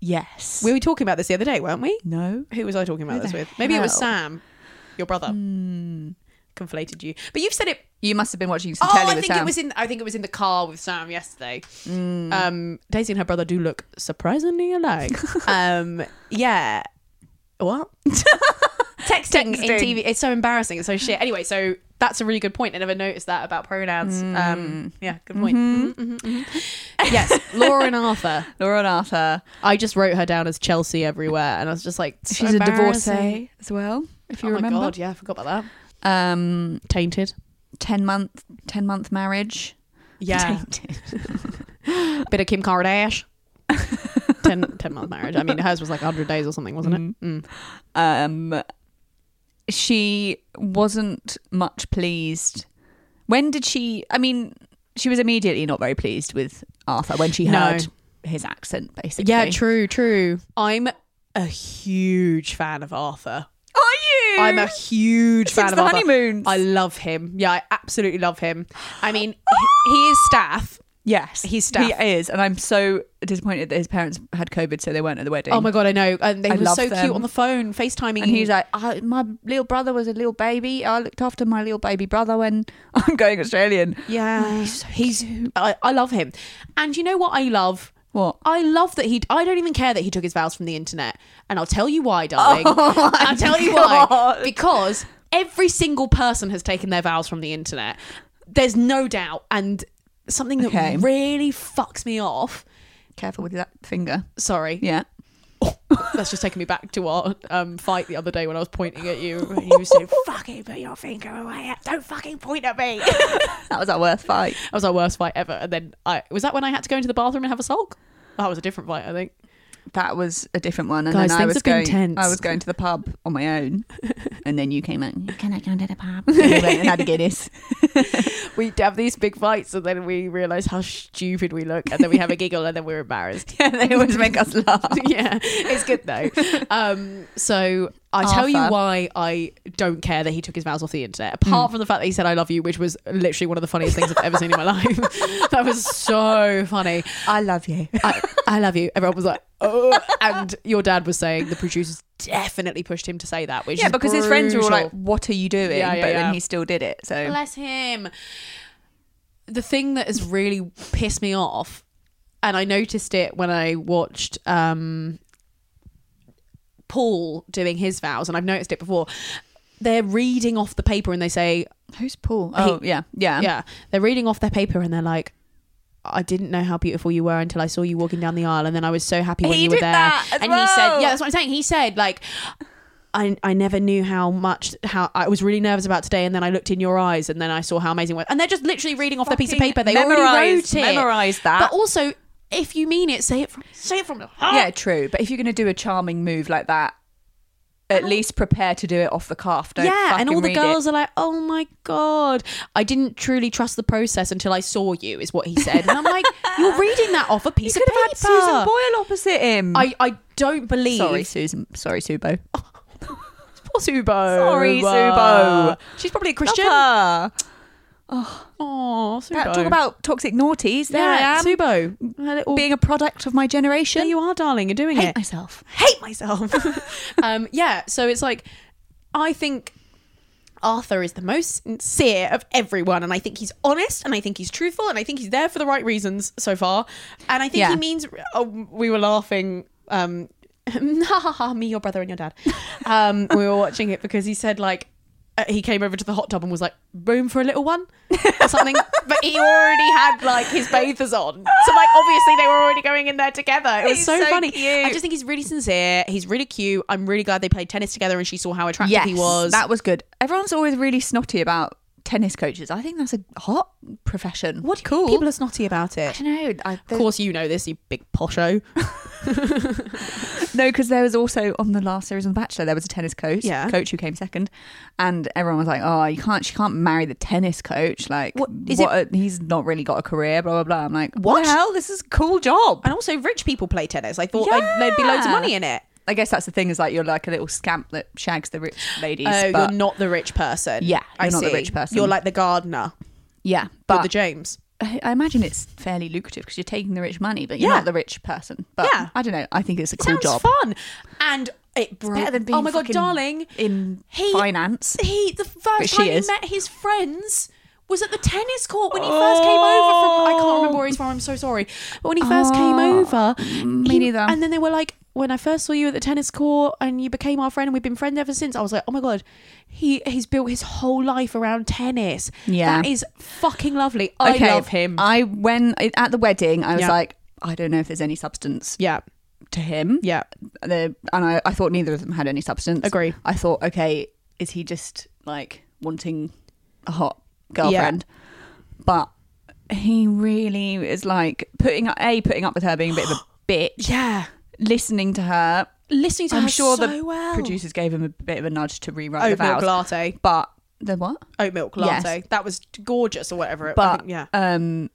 S1: yes?
S2: we were talking about this the other day weren't we
S1: no.
S2: Who was I talking about
S1: Who
S2: this
S1: the
S2: with? Maybe it was
S1: hell?
S2: Sam, your brother.
S1: Hmm.
S2: Conflated you, but you've said it.
S1: You must have been watching some
S2: Oh,
S1: telly
S2: I
S1: with
S2: think
S1: Sam.
S2: it was in. I think it was in the car with Sam yesterday.
S1: Mm.
S2: Um, Daisy and her brother do look surprisingly alike. um, yeah. What? Texting, in
S1: Texting.
S2: TV. It's so embarrassing. It's so shit. Anyway, so that's a really good point. I never noticed that about pronouns.
S1: Mm.
S2: Um, yeah, good point.
S1: Mm-hmm.
S2: Mhm, mhm, mhm. yes, Laura and Arthur.
S1: Laura and Arthur.
S2: I just wrote her down as Chelsea everywhere, and I was just like, so
S1: She's a
S2: embarrassing.
S1: divorcee as well. If you
S2: oh
S1: remember,
S2: my god, yeah, I forgot about that.
S1: um,
S2: Tainted.
S1: ten month, ten month marriage. Tainted.
S2: Bit of Kim Kardashian. 10, 10 month marriage. I mean, hers was like 100 days or something, wasn't it? Mm.
S1: um, she wasn't much pleased. When did she? I mean, she was immediately not very pleased with Arthur when she
S2: No.
S1: heard his accent, basically.
S2: Yeah, true, true. I'm a huge fan of Arthur.
S1: Are you?
S2: I'm a huge
S1: Mm. Since
S2: fan of
S1: the
S2: Arthur.
S1: honeymoons.
S2: I love him. Yeah, I absolutely love him. I mean, he, he is staff.
S1: yes,
S2: He's staff.
S1: He is, and I'm so disappointed that his parents had COVID, so they weren't at the wedding.
S2: Oh my god, I know. And they
S1: I
S2: were
S1: love
S2: so
S1: them.
S2: cute on the phone, FaceTiming.
S1: And he's
S2: Mm-hmm.
S1: like, I, my little brother was a little baby. I looked after my little baby brother when I'm going Australian.
S2: yeah, he's, I, I love him. And you know what I love?
S1: What?
S2: I love that he. I don't even care that he took his vows from the internet, and I'll tell you why, darling. I'll tell you why
S1: Oh God.
S2: because every single person has taken their vows from the internet. There's no doubt, and something that
S1: Okay.
S2: really fucks me off.
S1: Careful with that finger.
S2: Sorry,
S1: Yeah.
S2: that's just taking me back to our um, fight the other day when I was pointing at you. And you said, "Fucking put your finger away! Don't fucking point at me!" That
S1: That was our worst fight.
S2: was our worst fight ever. And then I was that when I had to go into the bathroom and have a sulk. That was a different fight, I think.
S1: That was a different one. And
S2: Guys,
S1: then I
S2: things
S1: was
S2: have been
S1: going
S2: tense.
S1: I was going to the pub on my own. and then you came out. You cannot go to the pub. And we went and had a Guinness.
S2: we have these big fights and then we realize how stupid we look and then we have a giggle and then we're embarrassed
S1: and they always make us laugh.
S2: yeah it's good though um so i tell you
S1: Arthur.
S2: why i don't care that he took his vows off the internet apart
S1: Hmm.
S2: from the fact that he said i love you which was literally one of the funniest things i've ever seen in my life that was so funny
S1: I love you.
S2: I, I love you everyone was like oh and your dad was saying the producers definitely pushed him to say that which
S1: Yeah,
S2: is
S1: because his friends were all
S2: brutal.
S1: like, What are you doing?
S2: Yeah, yeah, yeah.
S1: but then he still did it. So
S2: Bless him. The thing that has really pissed me off, and I noticed it when I watched um, Paul doing his vows, and I've noticed it before. They're reading off the paper and they say,
S1: who's Paul? Oh yeah. Yeah.
S2: yeah, they're reading off their paper and they're like, I didn't know how beautiful you were until I saw you walking down the aisle, and then I was so happy when
S1: He
S2: you were
S1: did
S2: there.
S1: that as
S2: and he said,
S1: well.
S2: "Yeah, that's what I'm saying." He said, "Like, I I never knew how much how I was really nervous about today, and then I looked in your eyes, and then I saw how amazing it was." And they're just literally reading off their piece of
S1: Fucking
S2: paper. They already
S1: memorise-
S2: wrote it.
S1: memorise that.
S2: But also, if you mean it, say it from say it from the heart.
S1: Yeah, true. But if you're going to do a charming move like that, at least prepare to do it off the cuff. Don't
S2: Ah. yeah, and
S1: fucking
S2: all the
S1: read it.
S2: girls are like, "Oh my god, I didn't truly trust the process until I saw you," is what he said. And I'm like, "You're reading that off a piece
S1: You
S2: of
S1: could
S2: paper."
S1: have had Susan Boyle opposite him.
S2: I, I don't believe.
S1: sorry, Susan. Sorry, Subo.
S2: Poor Subo.
S1: Sorry, Subo.
S2: She's probably a
S1: Love
S2: Christian.
S1: her.
S2: Oh, Subo.
S1: That- Talk about toxic naughties. There I
S2: yeah,
S1: am,
S2: Subo. Her little-
S1: being a product of my
S2: there
S1: generation.
S2: you are, darling. You're doing
S1: hate
S2: it.
S1: myself.
S2: hate myself. um, yeah, so it's like, I think Arthur is the most sincere of everyone. And I think he's honest and I think he's truthful and I think he's there for the right reasons so far. And I think
S1: Yeah.
S2: he means, oh, we were laughing. Um, ha ha ha, me, your brother, and your dad. Um, we were watching it because he said like uh, he came over to the hot tub and was like, room for a little one or something. but he already had like his bathers on, so like obviously they were already going in there together. It was
S1: He's
S2: so,
S1: so
S2: funny.
S1: cute.
S2: I just think he's really sincere. He's really cute. I'm really glad they played tennis together and she saw how attractive
S1: Yes,
S2: he was.
S1: that was good. Everyone's always really snotty about tennis coaches. I think that's a hot profession.
S2: what cool. People are snotty about it.
S1: I don't know. I,
S2: Of course, you know this, you big posho.
S1: No, because there was also on the last series on The Bachelor, there was a tennis coach,
S2: Yeah.
S1: coach who came second, and everyone was like, "Oh, you can't, she can't marry the tennis coach. Like,
S2: What-
S1: what
S2: is
S1: is it? He's not really got a career. Blah blah blah." I'm like, "What,
S2: What?
S1: the hell? This is a cool job."
S2: And also, rich people play tennis. I thought there'd, there'd be loads of
S1: Yeah.
S2: money in it.
S1: I guess that's the thing is like you're like a little scamp that shags the rich ladies.
S2: Oh,
S1: but
S2: you're not the rich person.
S1: Yeah,
S2: I
S1: you're not the
S2: see.
S1: rich person.
S2: You're like the gardener,
S1: yeah,
S2: but
S1: but
S2: the James.
S1: I I imagine it's fairly lucrative because you're taking the rich money, but you're
S2: Yeah.
S1: not the rich person. But
S2: Yeah.
S1: I don't know. I think it's a cool
S2: Sounds
S1: job.
S2: fun, and it bro-
S1: Better than being
S2: oh my god,
S1: fucking
S2: darling.
S1: in
S2: He-
S1: finance.
S2: He the
S1: Which
S2: first
S1: she
S2: time he
S1: is.
S2: met his friends was at the tennis court when he first came over from. I can't remember where he's from. I'm so sorry, but when he first came
S1: Oh,
S2: over,
S1: me
S2: he-
S1: neither.
S2: And then they were like, when I first saw you at the tennis court and you became our friend and we've been friends ever since. I was like, oh my god, he he's built his whole life around tennis.
S1: Yeah. Uh,
S2: that is fucking lovely. I love him.
S1: I when at the wedding, I was
S2: Yeah.
S1: like, I don't know if there's any substance
S2: yeah,
S1: to him.
S2: yeah.
S1: The- and I, I thought neither of them had any substance.
S2: Agree.
S1: I thought, okay, is he just like wanting a hot girlfriend? But he really is like putting up a putting up with her being a bit of a bitch,
S2: Yeah.
S1: listening to her.
S2: Listening to
S1: I'm
S2: her
S1: sure
S2: so
S1: the
S2: well.
S1: producers gave him a bit of a nudge to rewrite
S2: oat
S1: the vows.
S2: milk latte.
S1: But the what?
S2: Oat milk
S1: Yes.
S2: latte. That was gorgeous or whatever. it- I
S1: but
S2: think- yeah.
S1: um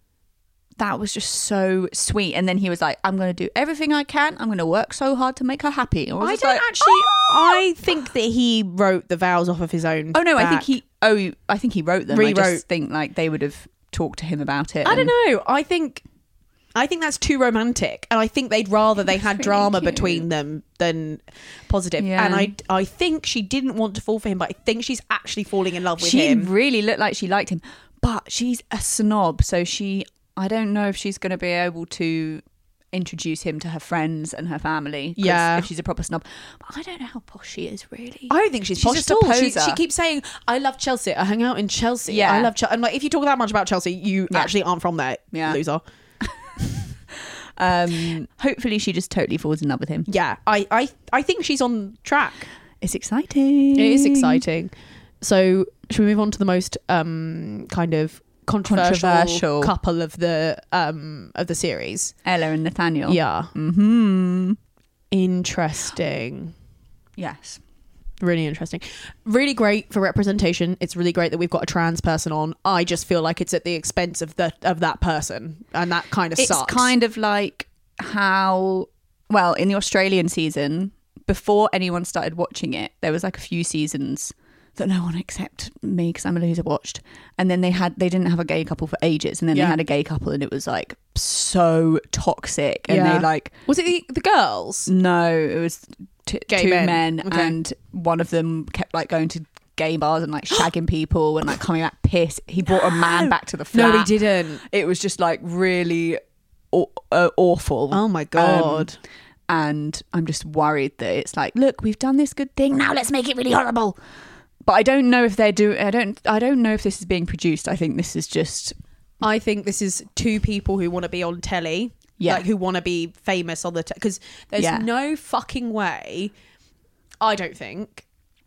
S1: that was just so sweet and then he was like i'm gonna do everything i can i'm gonna work so hard to make her happy was
S2: I
S1: just
S2: don't
S1: like, "Oh, "Ah!"
S2: actually. I think that he wrote the vows off of his own.
S1: oh no i think
S2: back.
S1: he oh i think he wrote them i
S2: Rewrote.
S1: just think like they would have talked to him about it
S2: I don't
S1: and-
S2: know. I think. I think that's too romantic, and I think they'd rather they had drama
S1: cute.
S2: between them than positive.
S1: Yeah.
S2: And I, I think she didn't want to fall for him, but I think she's actually falling in love with
S1: she
S2: him.
S1: really looked like she liked him but she's a snob so she i don't know if she's gonna be able to introduce him to her friends and her family 'cause
S2: Yeah.
S1: if she's a proper snob but i don't know how posh she is really
S2: I don't think she's,
S1: She's
S2: posh
S1: just
S2: at
S1: a
S2: all. She,
S1: poser.
S2: she keeps saying, "I love Chelsea. I hang out in Chelsea.
S1: Yeah.
S2: I love Chelsea." I'm like, if you talk that much about Chelsea, you actually aren't from there,
S1: Yeah.
S2: loser.
S1: um hopefully she just totally falls in love with him
S2: Yeah, I, I, I think she's on track.
S1: it's exciting
S2: It is exciting. So, should we move on to the most um, kind of controversial,
S1: Controversial.
S2: couple of the um, of the series?
S1: Ella and Nathaniel.
S2: Yeah,
S1: Mm-hmm.
S2: interesting.
S1: Yes.
S2: Really interesting. Really great for representation. It's really great that we've got a trans person on. I just feel like it's at the expense of the of that person, and that kind of
S1: It's
S2: sucks.
S1: kind of like how, well, in the Australian season, before anyone started watching it, there was like a few seasons that no one except me because I'm a loser watched, and then they had they didn't have a gay couple for ages, and then
S2: Yeah.
S1: they had a gay couple, and it was like so toxic, and
S2: Yeah.
S1: they like
S2: was it the, the girls?
S1: no, it was t-
S2: Gay
S1: two
S2: men.
S1: men,
S2: Okay.
S1: and one of them kept like going to gay bars and like shagging people and like coming back pissed. He brought a man back to the flat.
S2: didn't.
S1: it was just like really aw- uh, awful.
S2: Oh my god.
S1: Um, and I'm just worried that it's like, look, we've done this good thing. Now let's make it really horrible. But I don't know if they're do. I don't. I don't know if this is being produced. I think this is just.
S2: I think this is two people who want to be on telly,
S1: Yeah.
S2: like who want to be famous on the because there's
S1: Yeah.
S2: no fucking way. I don't think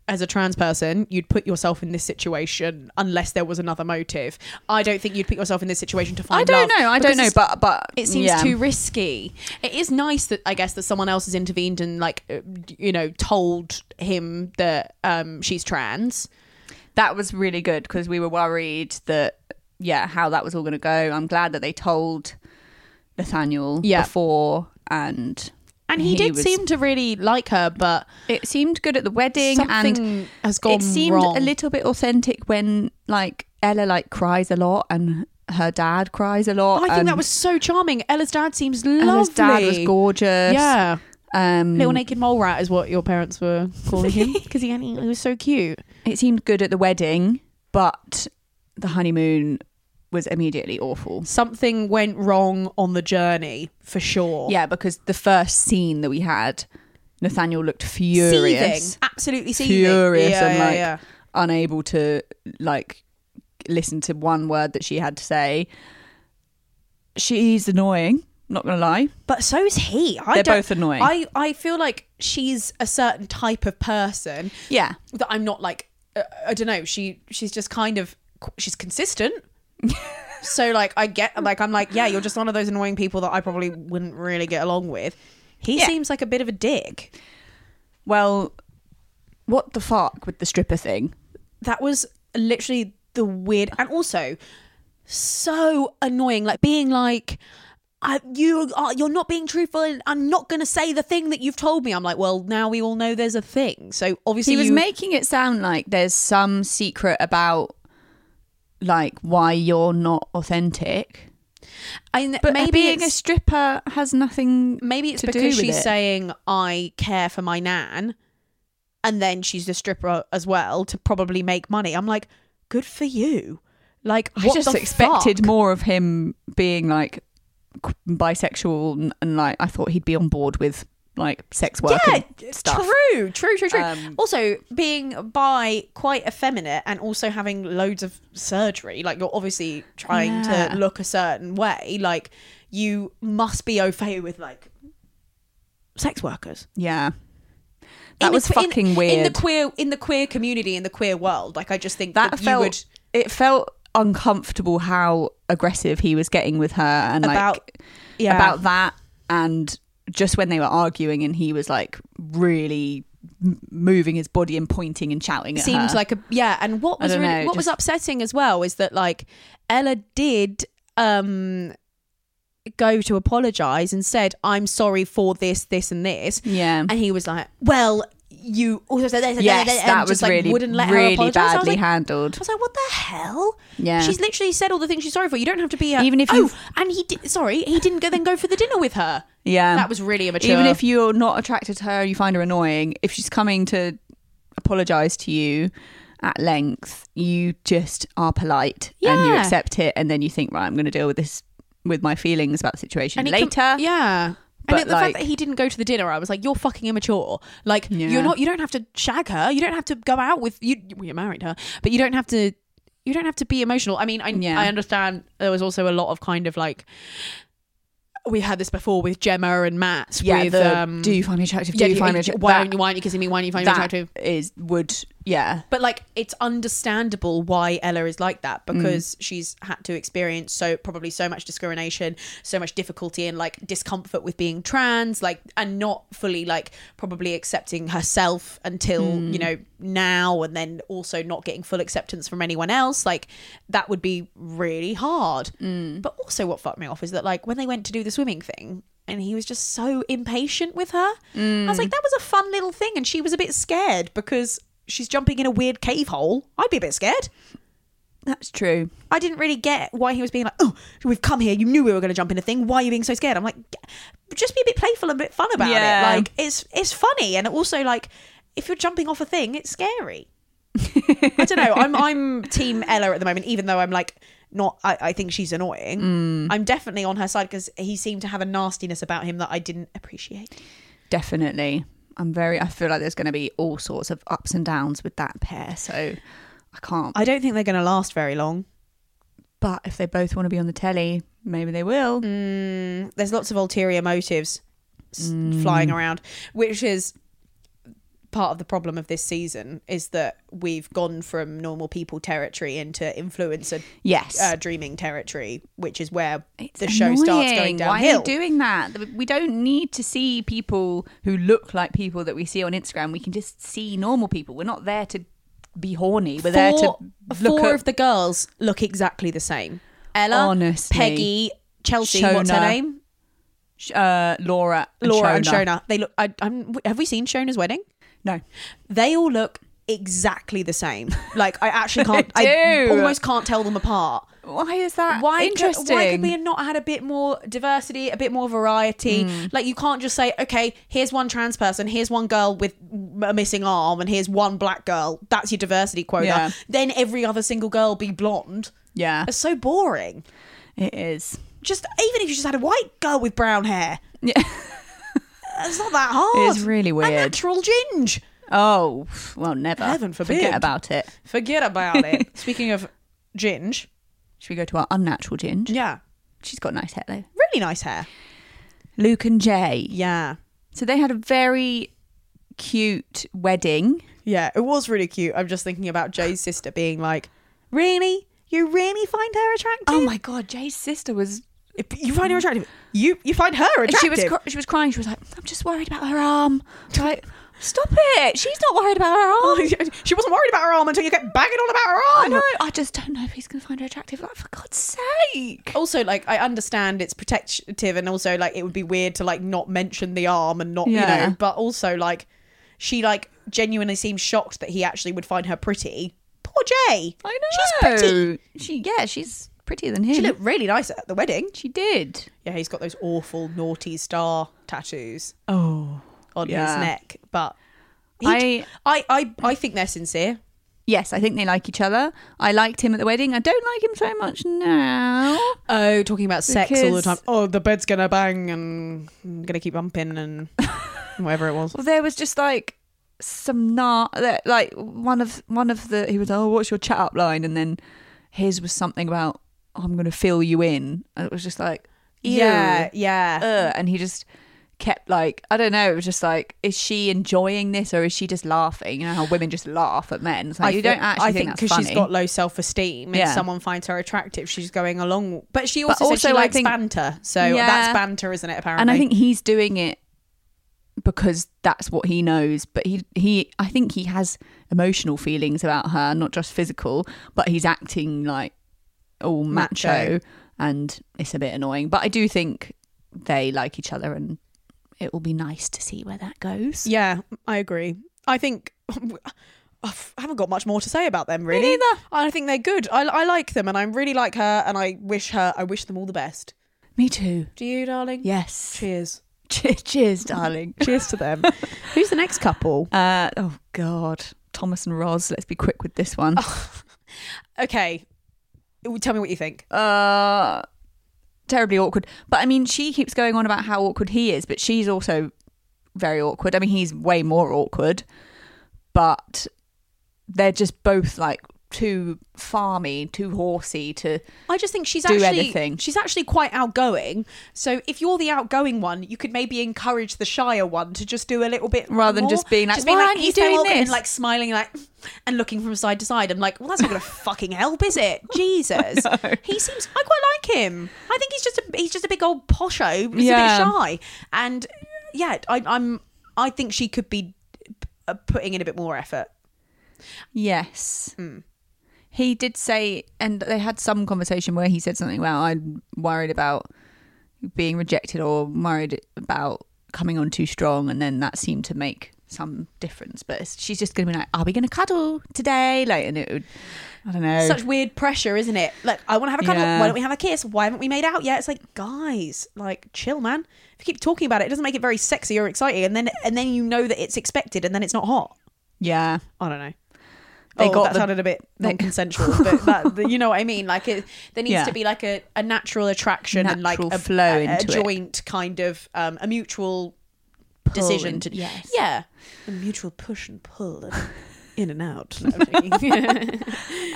S2: as a trans person you'd put yourself in this situation unless there was another motive. I don't think you'd put yourself in this situation to find.
S1: I don't
S2: love,
S1: know. I
S2: because
S1: don't know.
S2: it's-
S1: But but
S2: it seems
S1: yeah.
S2: too risky. It is nice that I guess that someone else has intervened and like uh, you know told him that um she's trans.
S1: that was really good because we were worried that yeah how that was all going to go i'm glad that they told nathaniel
S2: Yeah.
S1: before and
S2: And he,
S1: He
S2: did
S1: was-
S2: seem to really like her, but
S1: it seemed good at the wedding
S2: something
S1: and
S2: has gone
S1: it seemed
S2: wrong.
S1: a little bit authentic when like ella like cries a lot and her dad cries a lot
S2: Oh, I think
S1: and
S2: that was so charming. Ella's dad seems lovely.
S1: Ella's dad was gorgeous
S2: Yeah,
S1: um
S2: little naked mole rat is what your parents were calling him because he, he was so cute.
S1: it seemed good at the wedding but the honeymoon was immediately awful
S2: Something went wrong on the journey for sure.
S1: Yeah, because the first scene that we had, Nathaniel looked furious.
S2: Seething. Absolutely seething.
S1: Furious
S2: Yeah,
S1: and
S2: yeah,
S1: like
S2: yeah.
S1: unable to like listen to one word that she had to say. She's annoying, not gonna lie.
S2: But so's he. I
S1: They're
S2: don't-
S1: both annoying.
S2: I, I feel like she's a certain type of person
S1: Yeah.
S2: that I'm not like uh, I don't know. She she's just kind of she's consistent. so like I get like I'm like yeah, you're just one of those annoying people that I probably wouldn't really get along with. He
S1: Yeah.
S2: seems like a bit of a dick.
S1: Well, what the fuck with the stripper thing?
S2: That was literally the weird and also so annoying like being like I, you are you're not being truthful and I'm not going to say the thing that you've told me. I'm like, well, now we all know there's a thing. So obviously
S1: He was
S2: you-
S1: making it sound like there's some secret about like why you're not authentic.
S2: and
S1: But
S2: maybe
S1: being
S2: it's-
S1: a stripper has nothing.
S2: maybe it's
S1: to do
S2: because
S1: with
S2: she's
S1: it.
S2: saying I care for my nan, and then she's the stripper as well to probably make money. I'm like, good for you. Like
S1: I
S2: what
S1: just
S2: the
S1: expected
S2: fuck?
S1: more of him being like qu- bisexual and, and like I thought he'd be on board with like sex work
S2: Yeah,
S1: and stuff.
S2: true, true, true, true.
S1: Um,
S2: also, being bi, quite effeminate, and also having loads of surgery. Like you're obviously trying
S1: Yeah.
S2: to look a certain way. Like you must be au fait with like sex workers.
S1: Yeah. That
S2: the
S1: was
S2: que-
S1: fucking weird.
S2: in the queer in the queer community in the queer world like i just think that,
S1: that
S2: you
S1: felt
S2: would
S1: it felt uncomfortable how aggressive he was getting with her and
S2: about
S1: like
S2: yeah
S1: about that and just when they were arguing and he was like really m- moving his body and pointing and shouting at
S2: seemed
S1: her.
S2: like a yeah and what
S1: I
S2: was
S1: don't
S2: really
S1: know,
S2: what was
S1: just-
S2: upsetting as well is that like ella did um go to apologize and said i'm sorry for this this and this
S1: yeah
S2: and he was like well you also said this and
S1: yes
S2: and
S1: that
S2: just,
S1: was
S2: like,
S1: really
S2: wouldn't let her
S1: really
S2: apologize I was
S1: badly
S2: like,
S1: handled
S2: I was like, what the hell?
S1: Yeah.
S2: She's literally said all the things she's sorry for. You don't have to be a,
S1: Even if
S2: oh,
S1: you've-
S2: and he did, sorry, he didn't go, then go for the dinner with her.
S1: yeah
S2: That was really immature.
S1: even if you're not attracted to her you find her annoying if she's coming to apologize to you at length you just are polite and you
S2: Yeah.
S1: accept it and then you think right i'm going to deal with this with my feelings about the situation
S2: it
S1: later
S2: com- yeah.
S1: But,
S2: and it, the
S1: like-
S2: fact that he didn't go to the dinner, I was like, "You're fucking immature. Like,
S1: Yeah.
S2: you're not. You don't have to shag her. You don't have to go out with you. well, You married her, but you don't have to. You don't have to be emotional. I mean, I
S1: Yeah.
S2: I understand there was also a lot of kind of like we had this before with Gemma and Matt.
S1: yeah
S2: with,
S1: the,
S2: um,
S1: do you find me attractive do
S2: yeah,
S1: you find me attractive
S2: why
S1: That-
S2: aren't you why aren't you kissing me? Why aren't you finding me
S1: that
S2: attractive?
S1: is would yeah
S2: But like, it's understandable why Ella is like that because she's had to experience so probably so much discrimination, so much difficulty and like discomfort with being trans, like and not fully like probably accepting herself until you know now, and then also not getting full acceptance from anyone else. Like that would be really hard. But also, what fucked me off is that like when they went to do the swimming thing. And he was just so impatient with her. I was like, that was a fun little thing. And she was a bit scared because she's jumping in a weird cave hole. I'd be a bit scared.
S1: that's true
S2: I didn't really get why he was being like, oh, we've come here. You knew we were going to jump in a thing. Why are you being so scared? I'm like, "G- just be a bit playful and a bit fun about
S1: Yeah.
S2: it. Like, it's it's funny. And also, like, if you're jumping off a thing, it's scary. I don't know. I'm I'm team Ella at the moment, even though I'm like not. I, I think she's annoying. I'm definitely on her side because he seemed to have a nastiness about him that I didn't appreciate.
S1: definitely i'm very i feel like there's going to be all sorts of ups and downs with that pair so i can't
S2: I don't think they're going to last very long.
S1: but if they both want to be on the telly maybe they will
S2: Mm. there's lots of ulterior motives s flying around, which is part of the problem of this season is that we've gone from normal people territory into influencer
S1: yes
S2: uh, dreaming territory, which is where
S1: It's
S2: the show starts going
S1: annoying. Why
S2: downhill.
S1: are you doing that? We don't need to see people who look like people that we see on Instagram. We can just see normal people. We're not there to be horny. We're there to
S2: four,
S1: look
S2: four
S1: at
S2: of the girls look exactly the same. Ella,
S1: Honestly.
S2: Peggy, Chelsea, what's her
S1: Shona.
S2: name?
S1: uh, Laura, and
S2: Laura
S1: Shona.
S2: and Shona. They look. I, I'm, have we seen Shona's wedding?
S1: No,
S2: they all look exactly the same. Like I actually can't,
S1: They
S2: I
S1: do. Uh,
S2: almost can't tell them apart.
S1: why is that?
S2: Why
S1: interesting?
S2: Could, why could we have not had a bit more diversity, a bit more variety?
S1: Hmm.
S2: Like you can't just say, okay, here's one trans person, here's one girl with a missing arm, and here's one black girl. That's your diversity quota.
S1: Yeah.
S2: Then every other single girl be blonde.
S1: yeah,
S2: It's so boring.
S1: it is.
S2: Just even if you just had a white girl with brown hair.
S1: Yeah.
S2: It's not that hard.
S1: It's really
S2: A
S1: weird.
S2: natural ginge.
S1: Oh, well, never.
S2: Heaven forbid.
S1: Forget about it.
S2: Forget about it. Speaking of ginge,
S1: Should we go to our unnatural Ginge?
S2: yeah,
S1: She's got nice hair, though.
S2: really nice hair.
S1: Luke and Jay.
S2: Yeah,
S1: So they had a very cute wedding.
S2: yeah, it was really cute. I'm just thinking about Jay's sister being like, "Really, you really find her attractive?
S1: Oh my God, Jay's sister was.
S2: If you find her attractive? You you find her attractive?
S1: She was cr- she was crying. She was like, "I'm just worried about her arm." Like, stop it. She's not worried about her arm.
S2: oh, she wasn't worried about her arm until you kept banging on about her arm.
S1: I know. I just don't know if he's going to find her attractive. Like, for God's sake.
S2: also like I understand it's protective and also like it would be weird to like not mention the arm and not
S1: Yeah.
S2: you know, but also like she like genuinely seems shocked that he actually would find her pretty. Poor Jay.
S1: I
S2: know.
S1: know. She yeah, she's prettier than him.
S2: She looked really nice at the wedding.
S1: She did.
S2: Yeah, he's got those awful naughty star tattoos
S1: Oh.
S2: on
S1: Yeah.
S2: his neck, but he-
S1: I-
S2: I, I, I think they're sincere.
S1: Yes, I think they like each other. I liked him at the wedding. I don't like him so much now.
S2: Oh, talking about sex all the
S1: Because-
S2: time. Oh, the bed's gonna bang and I'm gonna keep bumping and whatever it was.
S1: Well, there was just like some nar that- like one of one of the he was oh what's your chat up line and then his was something about I'm gonna fill you in and it was just like
S2: Yeah,
S1: ew,
S2: yeah.
S1: uh, and he just kept like I don't know it was just like is she enjoying this or is she just laughing you know how women just laugh at men it's like you don't
S2: thi-
S1: actually
S2: I
S1: think,
S2: think
S1: that's funny
S2: she's got low self esteem. If
S1: Yeah.
S2: someone finds her attractive, she's going along. But she also,
S1: also,
S2: said she
S1: I
S2: likes
S1: think-
S2: banter, so
S1: Yeah.
S2: that's banter, isn't it? Apparently,
S1: and I think he's doing it because that's what he knows. But he he I think he has emotional feelings about her, not just physical. But he's acting like all macho,
S2: Macho.
S1: and it's a bit annoying. But I do think they like each other, and it will be nice to see where that goes.
S2: yeah, I agree. I think I haven't got much more to say about them, really.
S1: neither.
S2: I think they're good. I, I like them, and I really like her, and I wish her, I wish them all the best.
S1: Me too.
S2: Do you, darling?
S1: Yes.
S2: Cheers.
S1: Che- Cheers, darling.
S2: Cheers to them. Who's the next couple?
S1: Uh, oh God, Thomas and Roz. Let's be quick with this one.
S2: Okay, tell me what you think.
S1: uh terribly awkward but i mean she keeps going on about how awkward he is but she's also very awkward i mean he's way more awkward but they're just both like too farmy too horsey to
S2: I just think she's
S1: do
S2: actually
S1: anything.
S2: she's actually quite outgoing. So if you're the outgoing one, you could maybe encourage the shyer one to just do a little bit
S1: Rather than
S2: more.
S1: just being like, "Why aren't you
S2: "He's so
S1: doing
S2: awkward," and
S1: this?
S2: like smiling like and looking from side to side. I'm like, well, that's not going to fucking help, is it? Jesus, he seems I quite like him. I think he's just a he's just a big old posho. He's
S1: Yeah.
S2: a bit shy, and yeah, I, I'm I think she could be uh, putting in a bit more effort.
S1: yes
S2: Hmm.
S1: he did say and they had some conversation where he said something about i'm worried about being rejected or worried about coming on too strong and then that seemed to make some difference but it's- she's just gonna be like are we gonna cuddle today like and it would i don't know
S2: such weird pressure, isn't it? Like, I want to have a cuddle.
S1: Yeah.
S2: Why don't we have a kiss? Why haven't we made out yet? It's like, guys, like, chill, man. If you keep talking about it, it doesn't make it very sexy or exciting, and then and then you know that it's expected, and then it's not hot.
S1: yeah
S2: I don't know.
S1: They
S2: oh,
S1: got
S2: that
S1: the-
S2: sounded a bit
S1: they-
S2: non-consensual, but that, the- you know what I mean. Like, it, there needs
S1: Yeah.
S2: to be like a, a natural attraction and like
S1: Natural
S2: a
S1: flow
S2: a,
S1: into
S2: a
S1: it.
S2: joint kind of um, a mutual
S1: Pull
S2: decision
S1: and-
S2: to
S1: yes.
S2: yeah, a mutual push and pull. And, In and out. No, I'm joking.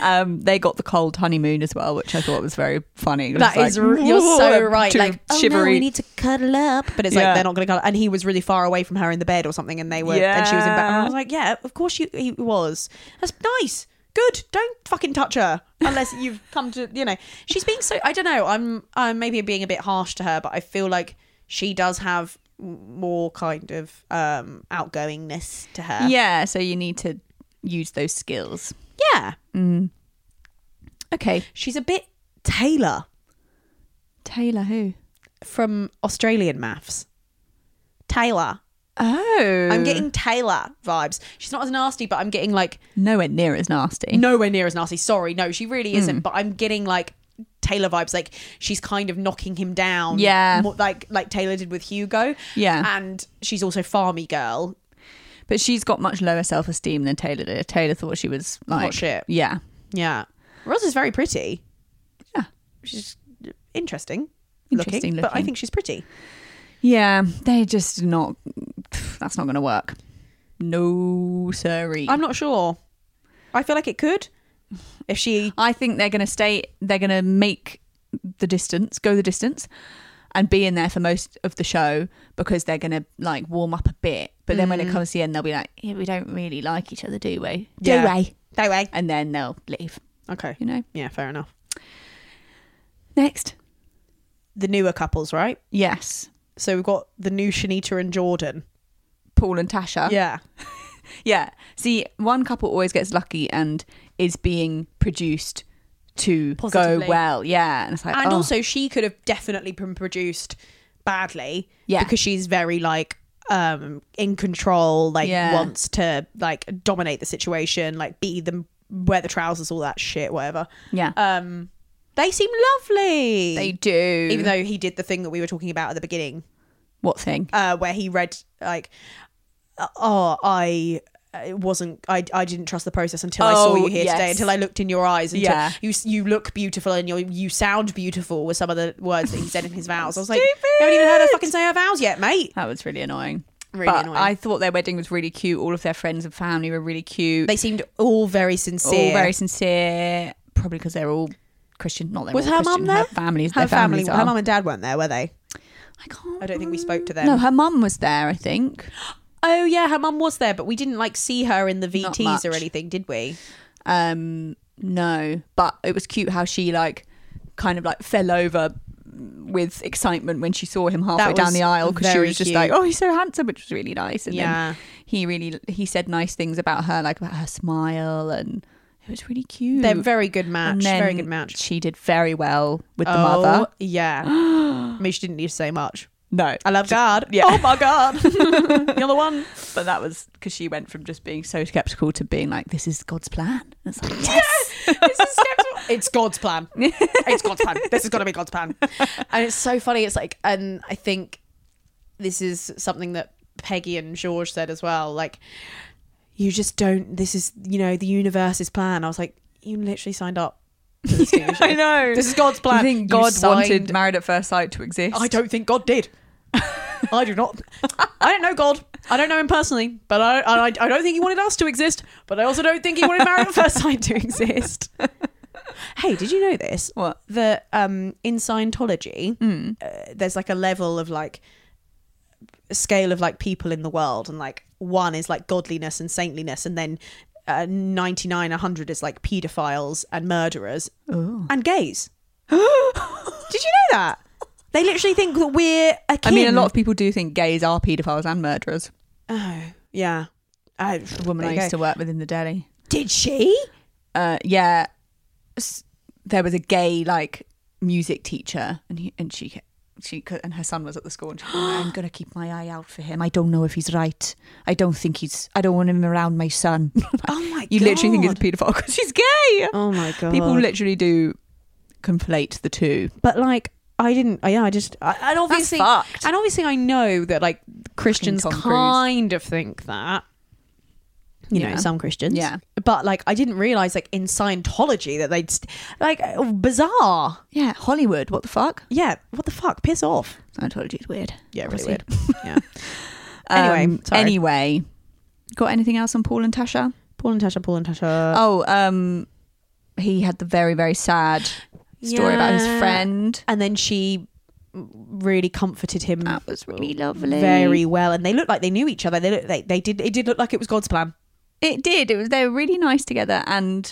S1: um they got the cold honeymoon as well which i thought was very funny It
S2: That
S1: was
S2: is
S1: like,
S2: r- you're so
S1: "Whoa,"
S2: right.
S1: too
S2: Like, oh no,
S1: shivery
S2: we need to cuddle up, but it's like
S1: Yeah.
S2: they're not going to cuddle. And he was really far away from her in the bed or something, and they were, and she was in bed. And I
S1: Yeah.
S2: was like, yeah, of course you, he was. That's nice, good. Don't fucking touch her unless you've come to, you know, she's being so. I don't know. I'm, I'm maybe being a bit harsh to her, but I feel like she does have more kind of um outgoingness to her.
S1: yeah so you need to use those skills
S2: yeah.
S1: Mm. okay
S2: She's a bit Taylor.
S1: taylor who
S2: from Australian maths. Taylor.
S1: oh
S2: I'm getting Taylor vibes. She's not as nasty, but I'm getting like
S1: nowhere near as nasty
S2: nowhere near as nasty. Sorry, no, she really
S1: Hmm.
S2: isn't. But I'm getting like Taylor vibes. Like she's kind of knocking him down.
S1: Yeah.
S2: More, like like Taylor did with Hugo.
S1: Yeah.
S2: And she's also farmy girl.
S1: But she's got much lower self esteem than Taylor did. Taylor thought she was like
S2: Hot shit.
S1: Yeah.
S2: Yeah. Rose is very pretty.
S1: Yeah.
S2: She's interesting.
S1: Interesting
S2: But I
S1: looking.
S2: think she's pretty.
S1: Yeah, they just not. That's not going to work. No, sorry.
S2: I'm not sure. I feel like it could. If she
S1: I think they're going to stay. They're going to make the distance, go the distance, and be in there for most of the show because they're going to like warm up a bit. But then when
S2: Mm.
S1: it comes to the end, they'll be like, "Yeah, we don't really like each other, do we? Do
S2: Yeah.
S1: we?"
S2: that way.
S1: And then they'll leave.
S2: Okay.
S1: You know.
S2: Yeah, fair enough.
S1: Next.
S2: The newer couples, right?
S1: Yes.
S2: So we've got the new Shanita and Jordan.
S1: Paul and Tasha.
S2: Yeah.
S1: Yeah. See, one couple always gets lucky and is being produced to go
S2: Positively.
S1: well. Yeah. And it's like,
S2: And
S1: oh,
S2: also she could have definitely been produced badly.
S1: Yeah.
S2: Because she's very like um in control, like
S1: Yeah.
S2: wants to like dominate the situation, like be them wear the trousers, all that shit, whatever.
S1: yeah,
S2: Um they seem lovely.
S1: they do.
S2: even though he did the thing that we were talking about at the beginning,
S1: what thing?
S2: uh, where he read like, "Oh, I uh, wasn't. I, I didn't trust the process until I saw
S1: Oh,
S2: you here today.
S1: yes.
S2: Until I looked in your eyes. Until
S1: Yeah.
S2: you you look beautiful and you you sound beautiful." Were some of the words that he said in his vows. I was like, "You haven't even heard her fucking say her vows yet, mate."
S1: That was really annoying.
S2: Really
S1: but
S2: annoying.
S1: I thought their wedding was really cute. All of their friends and family were really cute.
S2: They seemed all very
S1: all
S2: sincere.
S1: very sincere. Probably because they're all Christian. Not they're
S2: was
S1: all
S2: her
S1: Christian.
S2: mum there?
S1: Her families.
S2: Her
S1: their
S2: family,
S1: families
S2: her
S1: are.
S2: mum and dad weren't there, were they?
S1: I can't.
S2: I don't think we spoke to them.
S1: No, her mum was there. I think.
S2: Oh yeah, her mum was there, but we didn't like see her in the VTs or
S1: much.
S2: anything, did we?
S1: Um, no, but it was cute how she like kind of like fell over with excitement when she saw him halfway
S2: That
S1: down
S2: was
S1: the aisle because she
S2: very
S1: was just
S2: cute.
S1: like, "Oh, he's so handsome," which was really nice. And
S2: Yeah.
S1: then he really he said nice things about her, like about her smile, and it was really cute.
S2: They're very good match.
S1: And then
S2: Very good match.
S1: She did very well with the
S2: Oh,
S1: mother.
S2: Yeah. I mean, she didn't need to say much.
S1: No,
S2: I love God.
S1: yeah.
S2: Oh my God. You're the one.
S1: but that was because she went from just being so skeptical to being like, "This is God's plan." And It's like, yes,
S2: This is God's- it's God's plan. It's God's plan. This is going to be God's plan. And it's so funny. It's like, and I think this is something that Peggy and George said as well. Like, you just don't, this is, you know, the universe's plan. I was like, you literally signed up. to this TV show.
S1: I know.
S2: This is God's
S1: I
S2: plan.
S1: think
S2: You
S1: God
S2: signed
S1: wanted Married at First Sight to exist.
S2: I don't think God did. I do not. I don't know God. I don't know him personally, but I, I, I don't think he wanted us to exist. But I also don't think he wanted Married at First Sight to exist. hey, did you know this?
S1: What?
S2: That um, in Scientology,
S1: Hmm.
S2: uh, there's like a level of like scale of like people in the world, and like one is like godliness and saintliness, and then uh, 99, 100 is like pedophiles and murderers
S1: Uh,
S2: and gays.
S1: oh.
S2: Did you know that? They literally think that we're akin.
S1: I mean, a lot of people do think gays are paedophiles and murderers.
S2: Oh, yeah. Oh,
S1: The woman I used to work with in the deli.
S2: Did she?
S1: Uh, yeah, S- there was a gay like music teacher, and he, and she she could, and her son was at the school, and she was like, "I'm gonna keep my eye out for him. I don't know if he's right. I don't think he's. I don't want him around my son."
S2: Oh my
S1: you literally think he's a paedophile because he's gay.
S2: Oh my god.
S1: People literally do conflate the two.
S2: but like I didn't. Yeah, I just. I, and obviously,
S1: fucked.
S2: and obviously, I know that like Christians
S1: Tom Cruise.
S2: kind of think that. You
S1: Yeah.
S2: know, some Christians.
S1: Yeah.
S2: But like, I didn't realize like in Scientology that they'd st- like oh, bizarre.
S1: Yeah, Hollywood. What the fuck?
S2: Yeah. What the fuck? Piss off.
S1: Scientology is weird.
S2: Yeah. Really
S1: Proceed.
S2: weird. Yeah. Anyway, Um, sorry.
S1: anyway, got anything else on Paul and Tasha?
S2: Paul and Tasha. Paul and Tasha.
S1: Oh, um, he had the very very sad story about his
S2: Yeah.
S1: friend.
S2: and then she really comforted him
S1: That was really Ah, lovely.
S2: very well and they looked like they knew each other they looked they, they did it did look like it was god's plan
S1: It did. It was. They were really nice together, and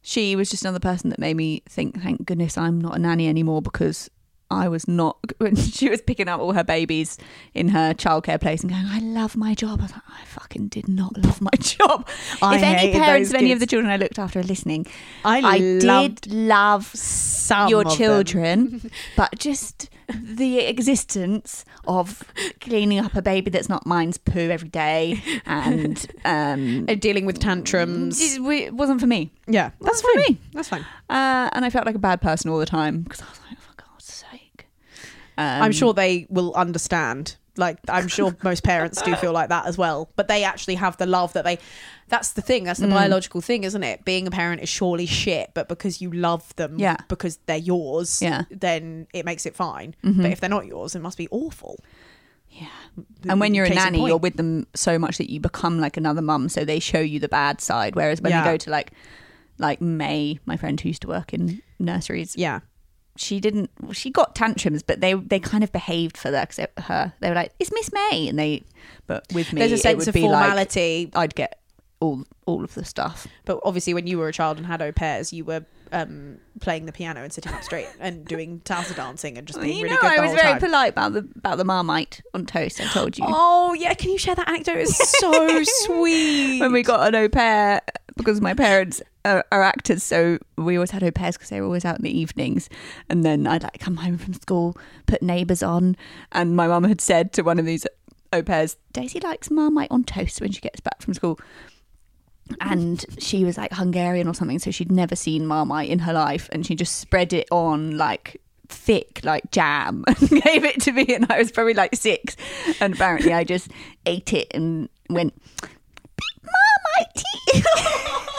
S1: she was just another person that made me think. Thank goodness I'm not a nanny anymore because. I was not when she was picking up all her babies in her childcare place and going, I love my job. I was like, I fucking did not love my job.
S2: I
S1: if any
S2: hated
S1: parents
S2: those
S1: of any of
S2: kids.
S1: the children I looked after are listening,
S2: i,
S1: I
S2: loved
S1: did love
S2: some
S1: your
S2: of them.
S1: children, but just the existence of cleaning up a baby that's not mine's poo every day, and um,
S2: And dealing with tantrums
S1: just- it wasn't for me.
S2: yeah that's
S1: for
S2: fine
S1: me.
S2: that's fine
S1: Uh, and I felt like a bad "Oh, person all the time because I was like, for God's sake. Um,
S2: i'm sure they will understand like i'm sure most parents do feel like that as well but they actually have the love that they that's the thing that's the
S1: Mm.
S2: biological thing isn't it being a parent is surely shit but because you love them
S1: Yeah.
S2: because they're yours
S1: Yeah.
S2: then it makes it fine
S1: Mm-hmm.
S2: but if they're not yours it must be awful
S1: And when you're a
S2: Case in
S1: nanny,
S2: point.
S1: you're with them so much that you become like another mum. So they show you the bad side. Whereas when
S2: Yeah.
S1: you go to like, like May, my friend who used to work in nurseries,
S2: yeah
S1: she didn't. She got tantrums, but they they kind of behaved for that. Cause it- her, they were like, "It's Miss May," and they. But with me,
S2: there's a
S1: it
S2: sense
S1: would
S2: of
S1: be like,
S2: formality
S1: I'd get all all of the stuff.
S2: but obviously when you were a child and had au pairs you were um, playing the piano and sitting up straight and doing salsa dancing and just being
S1: you
S2: really
S1: know,
S2: good the
S1: I was
S2: whole
S1: very
S2: time.
S1: polite about the about the marmite on toast. I told you.
S2: Oh yeah, can you share that anecdote? It's so sweet.
S1: when we got an au pair because my parents are, are actors, so we always had au pairs because they were always out in the evenings. And then I'd like come home from school, put neighbours on, and my mum had said to one of these au pairs, "Daisy likes marmite on toast when she gets back from school." And she was like Hungarian or something, so she'd never seen marmite in her life, and she just spread it on like thick like jam and gave it to me and I was probably like six and apparently I just ate it and went Marmite.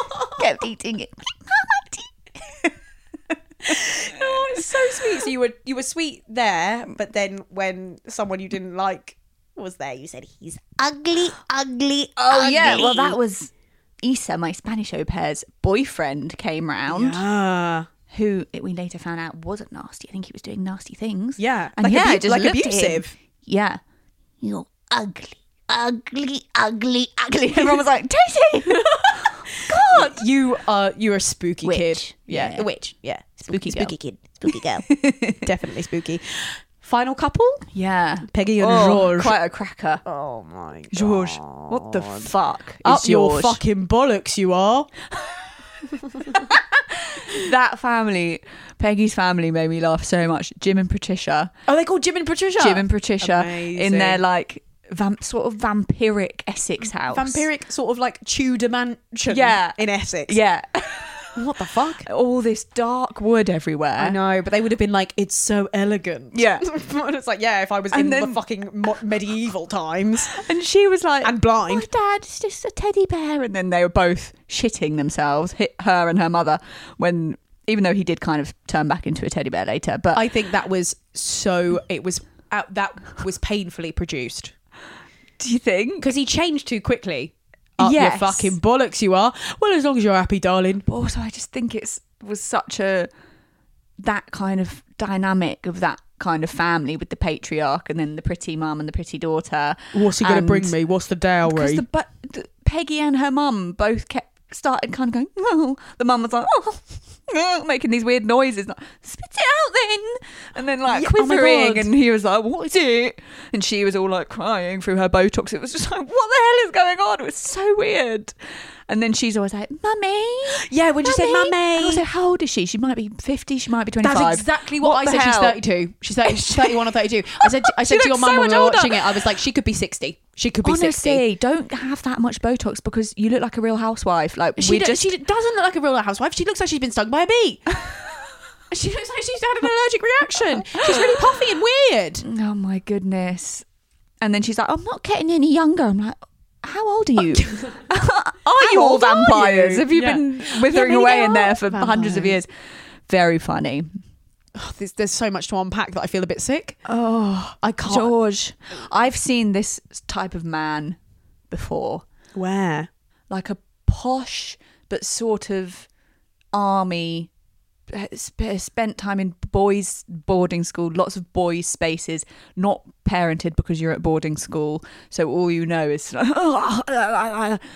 S1: Kept eating it.
S2: oh, it's so sweet. So you were you were sweet there, but then when someone you didn't like was there, you said he's
S3: Ugly, ugly,
S1: Oh
S3: ugly.
S1: yeah, well that was Isa, my Spanish au pair's boyfriend, came round
S2: ah
S1: who we later found out wasn't nasty. I think he was doing nasty things.
S2: yeah,
S1: and yeah, I just looked at him. Yeah,
S3: You're ugly, ugly, ugly, ugly.
S1: everyone was like Daisy,
S2: You are you're a spooky
S1: Witch.
S2: kid. Yeah,
S1: Yeah.
S2: witch. Yeah,
S1: spooky,
S3: Spooky
S1: girl.
S3: kid, spooky girl.
S2: definitely spooky. Final couple,
S1: Yeah,
S2: Peggy and
S1: oh,
S2: George.
S1: quite a cracker.
S2: oh my god,
S1: George, what the fuck?
S2: Up
S1: is
S2: your
S1: George?
S2: fucking bollocks, you are.
S1: that family, Peggy's family, made me laugh so much. Jim and Patricia.
S2: Oh, they called Jim and Patricia.
S1: Jim and Patricia in their
S2: Amazing.
S1: like vamp, sort of vampiric Essex house.
S2: vampiric sort of like Tudor mansion.
S1: Yeah.
S2: in Essex.
S1: Yeah.
S2: what the fuck?
S1: All this dark wood everywhere.
S2: I know, but they would have been like, "It's so elegant."
S1: Yeah.
S2: and it's like, yeah, if I was
S1: And
S2: in the
S1: then-
S2: fucking mo- medieval times
S1: And she was like,
S2: and
S1: my
S2: blind.
S1: dad is just a teddy bear. And then they were both shitting themselves, hit her and her mother, when, even though he did kind of turn back into a teddy bear later. But
S2: I think that was so. It was out. That was painfully produced
S1: do you think?
S2: because he changed too quickly. Up
S1: Yes.
S2: your fucking bollocks, you are. Well, as long as you're happy, darling.
S1: But also, I just think it's was such a, that kind of dynamic of that kind of family with the patriarch and then the pretty mum and the pretty daughter.
S2: What's he gonna
S1: And-
S2: bring me? What's the dowry?
S1: Because the, but the, Peggy and her mum both kept started kind of going. Oh, the mum was like, oh, oh," making these weird noises, like, spit it out then, and then like
S2: Yeah, oh my
S1: quivering,
S2: God.
S1: and he was like, what is it? And she was all like crying through her Botox. It was just like, what the hell is going on? It was so weird. And then she's always like, mummy.
S2: yeah, when she said,
S1: And also,
S2: "Mummy."
S1: how old is she? She might be fifty. She might be twenty-five.
S2: That's exactly what, I
S1: the
S2: said. She's
S1: hell?
S2: 32. She's, 30, she's 31 or 32. I said, I said to
S1: She
S2: your
S1: looks
S2: mum
S1: so
S2: when we were
S1: much older.
S2: watching it, I was like, she could be 60. She could be 60.
S1: Honestly, don't have that much Botox because you look like a real housewife. Like
S2: She,
S1: we
S2: do-
S1: just
S2: she doesn't look like a real housewife. She looks like she's been stung by a bee. she looks like she's had an allergic reaction. She's really puffy and weird.
S1: Oh my goodness. And then she's like, I'm not getting any younger. I'm like, how old are you? are you all
S2: old are
S1: vampires?
S2: you?
S1: Have you
S2: Yeah.
S1: been
S2: Yeah,
S1: withering
S2: maybe
S1: away
S2: they
S1: in
S2: are
S1: there for hundreds of
S2: vampires.
S1: years? Very funny.
S2: there's, there's so much to unpack that I feel a bit sick.
S1: Oh,
S2: I can't.
S1: George. I've seen this type of man before.
S2: Where?
S1: Like a posh, but sort of army. sp- Spent time in boys' boarding school, lots of boys' spaces, not parented because you're at boarding school. So all you know is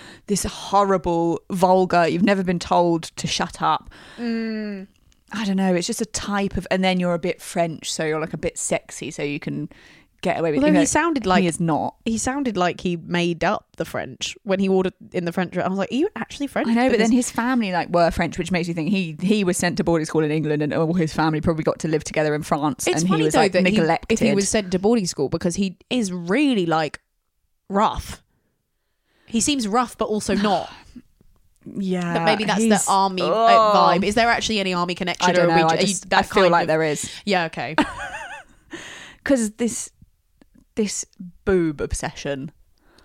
S1: this horrible, vulgar, you've never been told to shut up.
S2: Mm.
S1: I don't know. It's just a type of, and then you're a bit French, so you're like a bit sexy, so you can get away with
S2: Although
S1: it.
S2: he sounded like-
S1: he is not.
S2: He sounded like he made up the French when he ordered in the French. I was like, are you actually French?
S1: I know, but then
S2: Because-
S1: his family like were French, which makes you think he he was sent to boarding school in England, and all his family probably got to live together in France,
S2: It's
S1: and
S2: funny
S1: he was
S2: though
S1: like
S2: that he-
S1: neglected.
S2: if he was sent to boarding school because he is really like rough. He seems rough, but also not.
S1: yeah,
S2: But maybe that's the
S1: he's-
S2: army uh,
S1: Oh.
S2: vibe. Is there actually any army connection?
S1: I don't
S2: or are we
S1: know.
S2: ju-
S1: I,
S2: are you
S1: just,
S2: that
S1: I feel
S2: kind
S1: like
S2: of-
S1: there is
S2: Yeah. Okay.
S1: because this this boob obsession.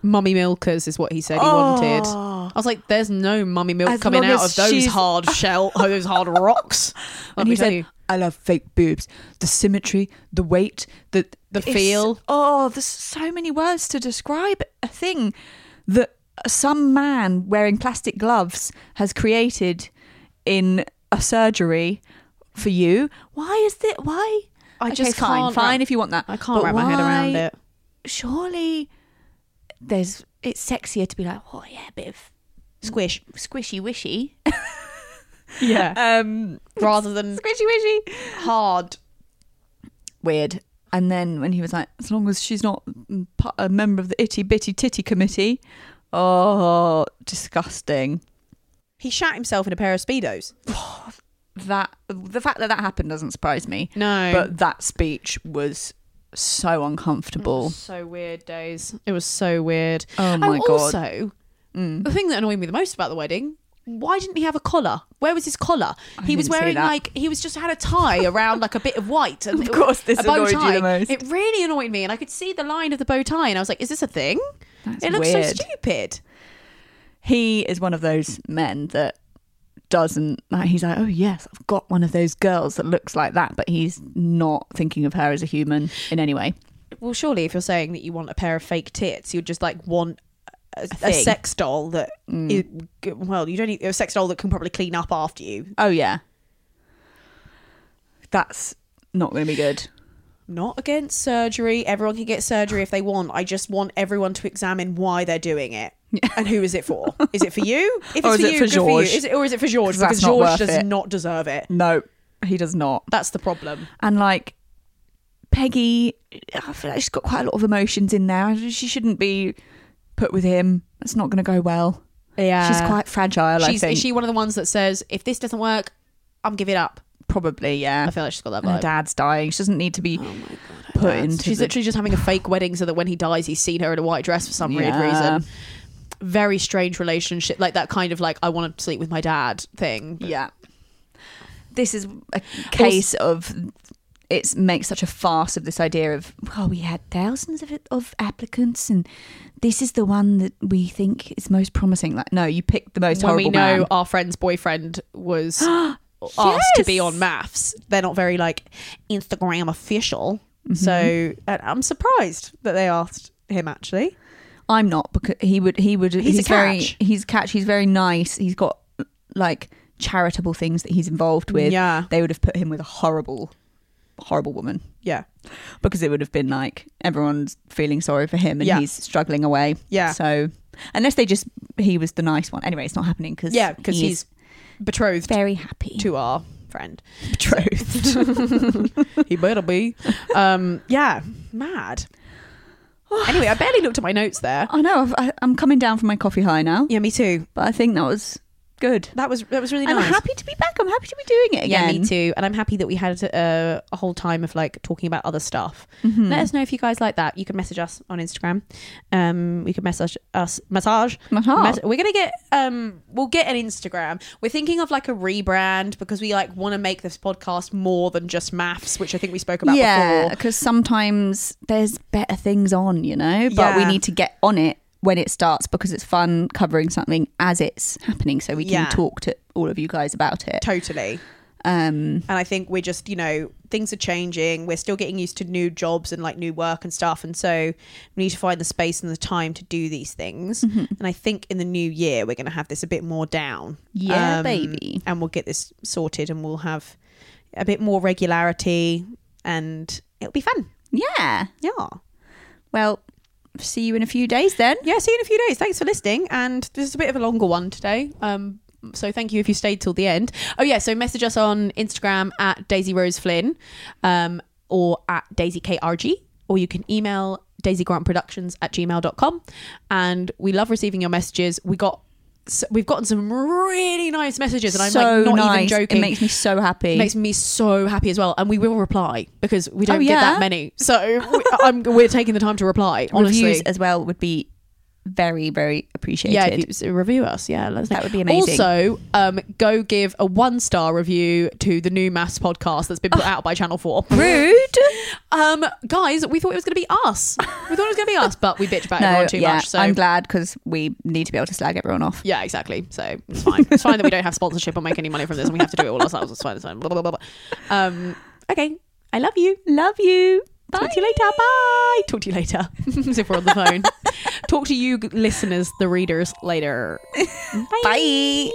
S2: Mummy milkers is what he said he wanted. I was like, "There's no mummy milk
S1: Ah. As
S2: coming
S1: long
S2: out
S1: as
S2: of those
S1: she's-
S2: hard shell, oh, those hard rocks." Let
S1: and
S2: me
S1: he
S2: tell
S1: said,
S2: you.
S1: "I love fake boobs. The symmetry, the weight, the
S2: The
S1: it's-
S2: feel."
S1: Oh, there's so many words to describe a thing that some man wearing plastic gloves has created in a surgery for you. Why is it? Why?
S2: I
S1: Okay,
S2: just
S1: fine,
S2: can't
S1: fine
S2: wrap-
S1: if you want that.
S2: I can't
S1: But
S2: wrap my head around
S1: why-
S2: it.
S1: Surely, there's. It's sexier to be like, oh yeah, a bit of
S2: Squish.
S1: squishy wishy.
S2: Yeah.
S1: Um,
S2: Rather than
S1: squishy wishy.
S2: hard.
S1: weird. And then when he was like, as long as she's not m- pa- a member of the itty bitty titty committee, oh, disgusting.
S2: He shat himself in a pair of speedos.
S1: That the fact that that happened doesn't surprise me,
S2: No.
S1: but that speech was so uncomfortable.
S2: so weird days. It was so weird.
S1: Oh my god!
S2: Also,
S1: Mm.
S2: the thing that annoyed me the most about the wedding. Why didn't he have a collar? Where was his collar? he was
S1: didn't see
S2: wearing
S1: that.
S2: like he was just had a tie around like a bit of white and
S1: Of course this
S2: a bow
S1: annoyed you
S2: tie.
S1: the most.
S2: It really annoyed me, and I could see the line of the bow tie, and I was like, "Is this a thing?
S1: That's
S2: it looks so
S1: weird.
S2: stupid."
S1: he is one of those men that doesn't like he's like oh yes i've got one of those girls that looks like that but he's not thinking of her as a human in any way
S2: Well, surely if you're saying that you want a pair of fake tits, you'd just like want a, a
S1: thing.
S2: sex doll that
S1: Mm.
S2: i- well, you don't need a sex doll that can probably clean up after you.
S1: oh yeah that's not gonna be good
S2: Not against surgery. Everyone can get surgery if they want. I just want everyone to examine why they're doing it. And who is it for? Is it for you? If it's
S1: Or is
S2: for
S1: it
S2: you,
S1: for
S2: good for you.
S1: George?
S2: Is it, or is it for George?
S1: 'Cause that's
S2: Because
S1: not
S2: George
S1: worth
S2: does
S1: it.
S2: not deserve it.
S1: no he does not
S2: That's the problem.
S1: and like peggy i feel like she's got quite a lot of emotions in there she shouldn't be put with him that's not gonna go well
S2: Yeah.
S1: she's quite fragile i
S2: She's,
S1: think
S2: is she one of the ones that says, if this doesn't work, I'm giving up?
S1: probably yeah
S2: I feel like she's got that
S1: and her
S2: vibe. Oh
S1: dad's dying she doesn't need to be put into
S2: She's
S1: the-
S2: literally just having a fake wedding so that when he dies, he's seen her in a white dress for some weird
S1: Yeah.
S2: reason. Very strange relationship, like that kind of like I want to sleep with my dad thing.
S1: Yeah. This is a case of it makes such a farce of this idea of well, we had thousands of of applicants, and this is the one that we think is most promising. Like, no, you picked the most
S2: when
S1: horrible
S2: we know
S1: man.
S2: our friend's boyfriend was asked to be
S1: Yes!
S2: on maths, they're not very like Instagram official.
S1: Mm-hmm.
S2: So and I'm surprised that they asked him actually.
S1: I'm not because he would he would he's,
S2: a
S1: very
S2: catch.
S1: he's a catch. He's very nice. He's got like charitable things that he's involved with.
S2: Yeah.
S1: they would have put him with a horrible, horrible woman.
S2: Yeah.
S1: because it would have been like everyone's feeling sorry for him and
S2: Yeah.
S1: he's struggling away.
S2: Yeah.
S1: So unless they just he was the nice one. Anyway, it's not happening because
S2: Yeah, because he's betrothed
S1: very happy.
S2: to our friend.
S1: betrothed.
S2: he better be. Um, yeah, mad. anyway, I barely looked at my notes there.
S1: I know. I've, I, I'm coming down from my coffee high now,
S2: Yeah, me too.
S1: but I think that was good.
S2: That was that was really
S1: I'm
S2: nice.
S1: happy to be back. I'm happy to be doing it
S2: yeah,
S1: again.
S2: me too. And I'm happy that we had a, a whole time of like talking about other stuff.
S1: Mm-hmm.
S2: Let us know if you guys like that. You can message us on Instagram. Um, you can message us massage.
S1: Massage.
S2: Mess- we're gonna get um, we'll get an Instagram. We're thinking of like a rebrand because we like want to make this podcast more than just maths, which I think we spoke about
S1: Yeah,
S2: before.
S1: because sometimes there's better things on, you know. But we
S2: Yeah.
S1: need to get on it when it starts because it's fun covering something as it's happening, so we can
S2: Yeah.
S1: talk to all of you guys about it.
S2: Totally.
S1: Um,
S2: and I think we're just you know things are changing. We're still getting used to new jobs and like new work and stuff, and so we need to find the space and the time to do these things.
S1: Mm-hmm.
S2: And I think in the new year we're going to have this a bit more down. Um,
S1: Yeah, baby.
S2: And we'll get this sorted, and we'll have a bit more regularity, and it'll be fun.
S1: yeah.
S2: Yeah.
S1: Well, see you in a few days then.
S2: Yeah. See you in a few days. Thanks for listening. And this is a bit of a longer one today. Um. So thank you if you stayed till the end. Oh yeah. So message us on Instagram at Daisy Rose Flynn, um, or at Daisy KRG, or you can email daisygrantproductions at gmail.com. And we love receiving your messages. We got. So we've gotten some really nice messages, and I'm
S1: so
S2: like not
S1: nice.
S2: even joking.
S1: It makes me so happy.
S2: It makes me so happy as well. And we will reply because we don't
S1: Oh,
S2: get
S1: yeah?
S2: that many. So we, I'm, we're taking the time to reply. Honestly,
S1: Reviews as well would be very, very appreciated.
S2: yeah, if you review us. Yeah, let us know.
S1: That would be amazing.
S2: Also, um, go give a one star review to the new mass podcast that's been
S1: Oh.
S2: put out by Channel Four.
S1: Rude.
S2: Um, guys, we thought it was going to be us. We thought it was going to be us, but we bitch about
S1: No,
S2: everyone too
S1: yeah,
S2: much. So
S1: I'm glad because we need to be able to slag everyone off.
S2: yeah, exactly. So it's fine. It's fine that we don't have sponsorship or make any money from this, and we have to do it all ourselves. It's fine. It's fine. Blah, blah, blah, blah. Um, okay, I love you.
S1: Love you.
S2: Talk to you later. Bye. Talk to you later. As if we're on the phone. Talk to you g- listeners, the readers, later.
S1: Bye.